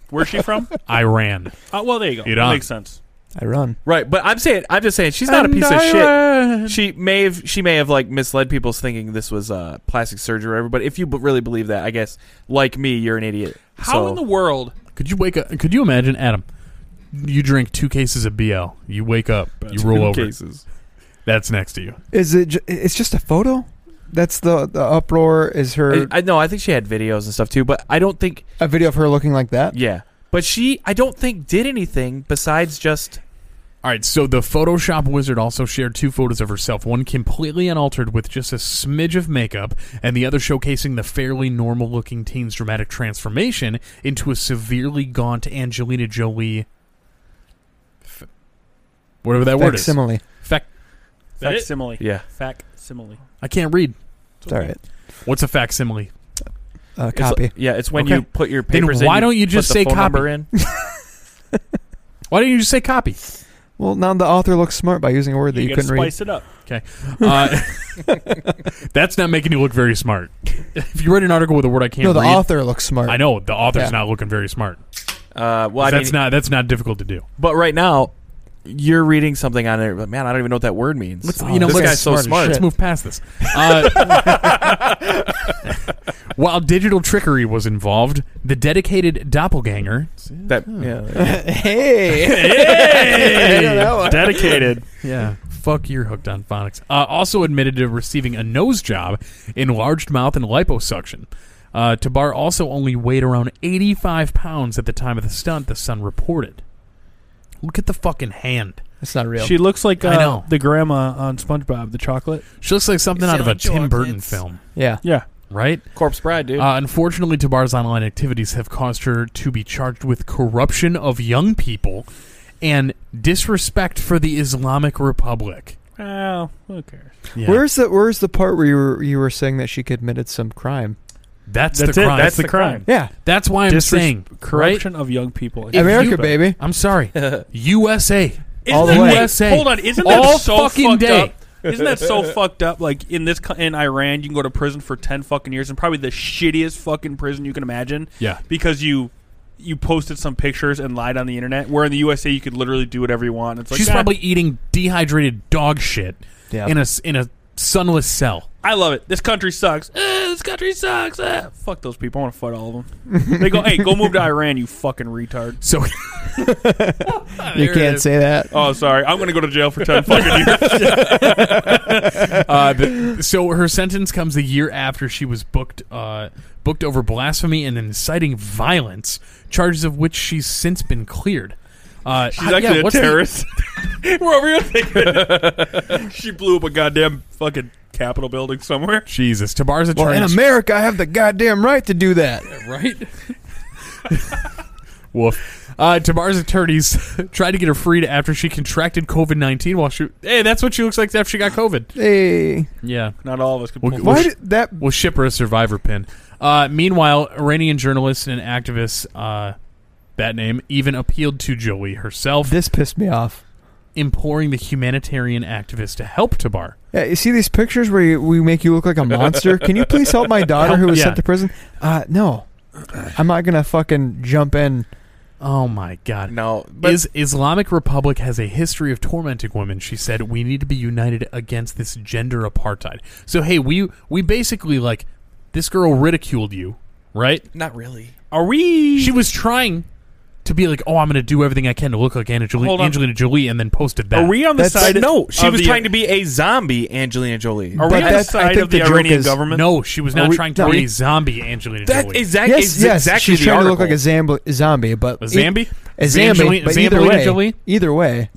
H: Where's she from?
A: Iran.
H: Oh, well, there you go.
A: Iran.
H: Makes sense.
K: I run.
G: Right, but I'm saying, I'm just saying, she's not a piece of shit.
K: uh,
G: She may have, she may have like misled people's thinking this was uh, plastic surgery or whatever. But if you b- really believe that, I guess, like me, you're an idiot.
H: How
G: So-
H: in the world?
A: Could you wake up? Could you imagine, Adam? You drink two cases of BL. You wake up. You
G: Two
A: roll over.
G: cases.
A: That's next to you.
K: Is it? Ju- it's just a photo. That's the the uproar. Is her
G: I, I no, I think she had videos and stuff too, but I don't think.
K: a video of her looking like that?
G: Yeah, But she, I don't think, did anything besides just.
A: All right, so the Photoshop wizard also shared two photos of herself, one completely unaltered with just a smidge of makeup, and the other showcasing the fairly normal looking teen's dramatic transformation into a severely gaunt Angelina Jolie. f- whatever that word is.
K: Facsimile.
A: Fac-
H: Facsimile.
G: Yeah.
H: Facsimile.
A: I can't read. It's
K: all right.
A: What's a facsimile?
K: Uh,
G: It's li- yeah, it's when you put your papers
A: then
G: in,
A: why
G: you
A: don't you
G: put
A: just
G: the
A: say
G: phone
A: copy?
G: number in.
A: why don't you just say copy?
K: Well, now the author looks smart by using a word that you,
H: You gotta
K: couldn't read.
H: spice it up.
A: Okay. Uh, that's not making you look very smart. If you read an article with a word I can't
K: No, the
A: read-
K: author looks smart.
A: I know the author's
K: Yeah.
A: not looking very smart.
G: Uh, well, I
A: that's
G: mean-
A: not that's not difficult to do.
G: But right now, you're reading something on there. But man, I don't even know what that word means. Oh,
A: Let's, you know,
G: this
A: let's,
G: guy's so smart.
A: Let's move past this. Uh, while digital trickery was involved, the dedicated doppelganger.
G: That yeah.
K: hey,
A: Hey!
K: I know that one.
G: Dedicated.
A: Yeah. Fuck, you're hooked on phonics. Uh, also admitted to receiving a nose job, enlarged mouth, and liposuction. Uh, Tabar also only weighed around 85 pounds at the time of the stunt, the Sun reported. Look at the fucking hand.
K: It's not real.
H: She looks like uh,
A: I know.
H: the grandma on SpongeBob, the chocolate.
A: She looks like something out of a Tim Burton film.
K: Yeah.
H: Yeah.
A: Right?
G: Corpse Bride, dude.
A: Uh, unfortunately, Tabar's online activities have caused her to be charged with corruption of young people and disrespect for the Islamic Republic.
H: Oh, who cares?
A: Yeah.
K: Where's the Where's the part where you were you were saying that she committed some crime?
A: That's,
H: That's
A: the
H: it.
A: crime.
H: That's the crime.
K: Yeah.
A: That's why I'm
H: Disres-
A: saying right?
H: corruption of young people.
A: If
K: America,
A: you-
K: baby.
A: I'm sorry. USA.
H: Isn't
K: All the
H: that-
K: way.
A: USA.
H: Hold on, isn't that
A: All
H: so
A: fucking
H: fucked
A: day.
H: up? Isn't that so fucked up? Like in this co- in Iran, you can go to prison for ten fucking years, and probably the shittiest fucking prison you can imagine.
A: Yeah.
H: because you you posted some pictures and lied on the internet. Where in the USA, you could literally do whatever you want. It's like
A: She's
H: "Ah,
A: probably eating dehydrated dog shit
K: Yeah.
A: in a s- in a sunless cell.
H: I love it. This country sucks. Eh, this country sucks.
G: Ah.
H: Eh. Fuck those people. I want to fight all of them. they go, hey, go move to Iran, you fucking retard.
A: So
K: You
A: There it
K: can't
A: is.
K: say that.
H: Oh, sorry. I'm going to go to jail for 10 fucking years.
A: uh, the, so her sentence comes a year after she was booked uh, booked over blasphemy and inciting violence, charges of which she's since been cleared. Uh,
L: She's
A: how- yeah,
L: actually a
A: what's the-
L: terrorist.
H: We're over here thinking she blew up a goddamn fucking Capitol building somewhere.
A: Jesus, Tabar's a
K: Well, in
A: trans-
K: America, I have the goddamn right to do that.
A: right? Woof. Uh, Tabar's attorneys tried to get her freed after she contracted COVID nineteen. While she, hey, that's what she looks like after she got COVID.
K: Hey,
A: Yeah,
H: Not all of us could
A: Well,
H: pull
A: well,
K: why did that?
A: we'll ship her a survivor pin. Uh, meanwhile, Iranian journalists and activists, uh, that name, even appealed to Joey herself,
K: This pissed me off.
A: imploring the humanitarian activists to help Tabar.
K: Yeah, Uh, you see these pictures where you, we make you look like a monster. Can you please help my daughter who was
A: Yeah.
K: sent to prison? Uh, no, I'm not gonna fucking jump in.
A: Oh my God!
G: No, but
A: Is Islamic Republic has a history of tormenting women. She said we need to be united against this gender apartheid. So hey, we we basically like this girl ridiculed you, right?
G: not really.
H: Are we.
A: She was trying to be like, "Oh, I'm going to do everything I can to look like Angelina,
H: Hold on.
A: Angelina Jolie," and then posted that.
H: are we on the
K: That's-
H: side?
G: no, she
H: of
G: was
H: the-
G: trying to be a zombie Angelina Jolie.
H: Are
K: But
H: we on the
K: that's- I
H: side
K: think
H: of the,
K: the joke
H: Iranian
K: is-
H: government?
A: No, she was not
K: Are we-
A: trying to
K: no,
A: be
K: we-
A: zombie Angelina
G: That
A: Jolie.
G: exact,
K: Yes,
G: is
K: yes,
G: exactly
K: she's
G: the
K: trying to
G: article.
K: look like a zambi, a zombie, but e-,
A: a Zambi?
K: a zambi,
A: Zambili-
K: but either
A: Zambilina
K: way,
A: Jolie?
K: either way,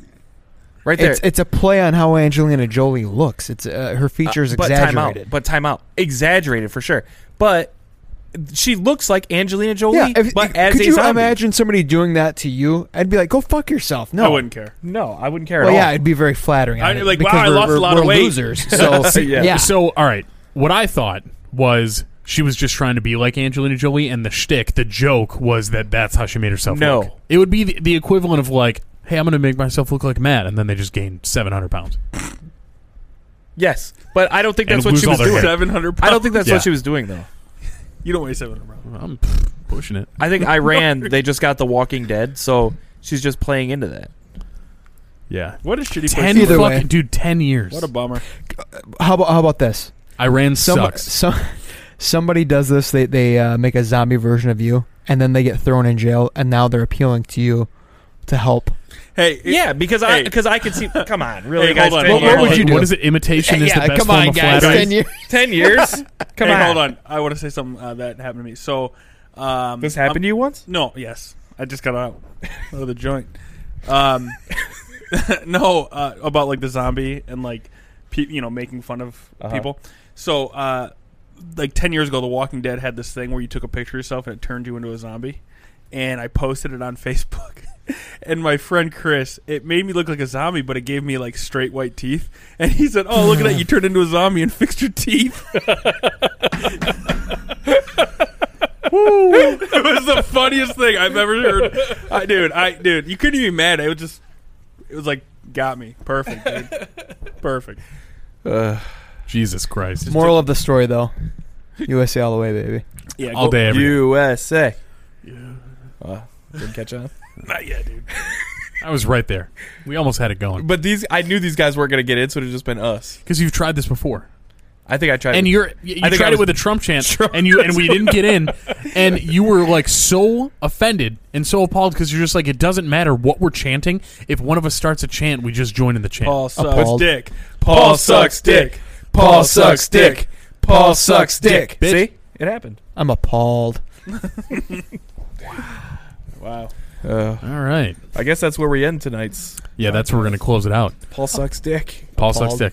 G: right there.
K: it's it's a play on how Angelina Jolie looks. It's uh, her features
G: but
K: exaggerated.
G: Time out, but time out. Exaggerated for sure. But she looks like Angelina Jolie.
K: yeah, if,
G: but as
K: could
G: a
K: you
G: zombie.
K: imagine somebody doing that to you? I'd be like, go fuck yourself. No,
H: I wouldn't care.
G: No, I wouldn't care
K: Well,
G: at
K: yeah,
G: all.
K: it'd be very flattering. on
H: I'd be
K: it
H: like,
K: because
H: wow, I
K: we're-
H: lost a
K: we're-
H: lot of
K: we're
H: weight.
K: Losers, so
G: Yeah.
K: yeah.
A: So, all right, what I thought was she was just trying to be like Angelina Jolie, and the shtick, the joke was that that's how she made herself
G: No.
A: look. It would be the, the equivalent of like, "Hey, I'm going to make myself look like Matt," and then they just gained 700 pounds.
G: Yes, but I don't think
A: And
G: that's what
A: lose
G: she
A: all
G: was
A: their hair.
G: doing.
H: 700
G: I don't think that's
A: Yeah.
G: what she was doing though.
H: You don't weigh 700 pounds.
A: I'm pff, pushing it.
G: I think Iran they just got The Walking Dead, so she's just playing into that.
A: Yeah,
H: What a shitty
A: ten
H: place.
K: Either
A: fucking
K: way.
A: dude, ten years.
H: What a bummer.
K: how about how about this?
A: Iran
K: Some-
A: sucks.
K: some- somebody does this. They they uh, make a zombie version of you, and then they get thrown in jail, and now they're appealing to you to help.
H: Hey, it-
G: Yeah, because I
H: Hey.
G: because I could see. Come on, really,
H: Hey,
G: guys?
H: hold on,
G: ten
H: hold on,
G: years?
H: hold on.
A: Like,
K: you do?
A: What is it? Imitation is the best form of flattery.
K: Ten years.
G: Ten years? Come
H: hey,
G: on.
H: hold on. I want to say something uh, that happened to me. So, um,
G: This happened
H: I'm-
G: to you once?
H: No. Yes. I just got out of the joint. Um, no, uh, about like the zombie and like pe- you know making fun of
M: Uh-huh.
H: people. So uh, like ten years ago, The Walking Dead had this thing where you took a picture of yourself and it turned you into a zombie. And I posted it on Facebook. And my friend Chris, it made me look like a zombie, but it gave me like straight white teeth. And he said, "Oh, look at that! You turned into a zombie and fixed your teeth." it was the funniest thing I've ever heard. I, dude, I dude, you couldn't even be mad. It was just, it was like, got me perfect, dude. perfect.
A: Uh, Jesus Christ.
K: Moral of the story, though. USA all the way, baby.
H: Yeah,
A: All go- day, every day.
G: USA. Uh, didn't catch on.
H: Not yet, dude.
A: I was right there. We almost had it going.
G: But these, I knew these guys weren't going to get it, so it'd just been us.
A: Because you've tried this before.
G: I think I tried.
A: and
G: it.
A: you're you
G: I think I
A: tried
G: was-
A: it with a Trump chant, and you and we didn't get in, and you were like so offended and so appalled because you're just like it doesn't matter what we're chanting. If one of us starts a chant, we just join in the chant.
H: Paul sucks
A: Appalled.
H: dick. Paul sucks dick. Paul sucks dick. Paul sucks dick.
K: Bitch.
H: See? It happened.
K: I'm appalled.
H: Wow.
G: Uh,
A: All right.
G: I guess that's where we end tonight's.
A: Yeah, that's where we're gonna close it out.
G: Paul sucks dick.
A: Paul sucks dick.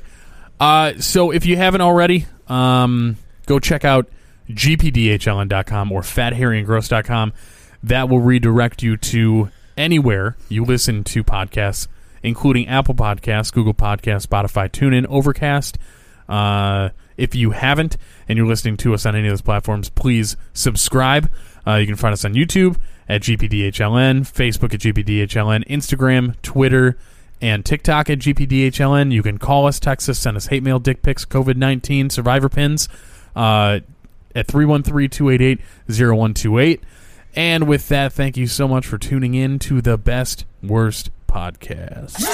A: Uh, so if you haven't already, um, go check out gpdhln.com or fatharryandgross.com. That will redirect you to anywhere you listen to podcasts, including Apple Podcasts, Google Podcasts, Spotify, TuneIn, Overcast. Uh, if you haven't and you're listening to us on any of those platforms, please subscribe. Uh, you can find us on YouTube at GPDHLN, Facebook at GPDHLN, Instagram, Twitter, and TikTok at GPDHLN. You can call us, text us, send us hate mail, dick pics, COVID 19, survivor pins uh, at 313 288 0128. And with that, thank you so much for tuning in to the best, worst podcast.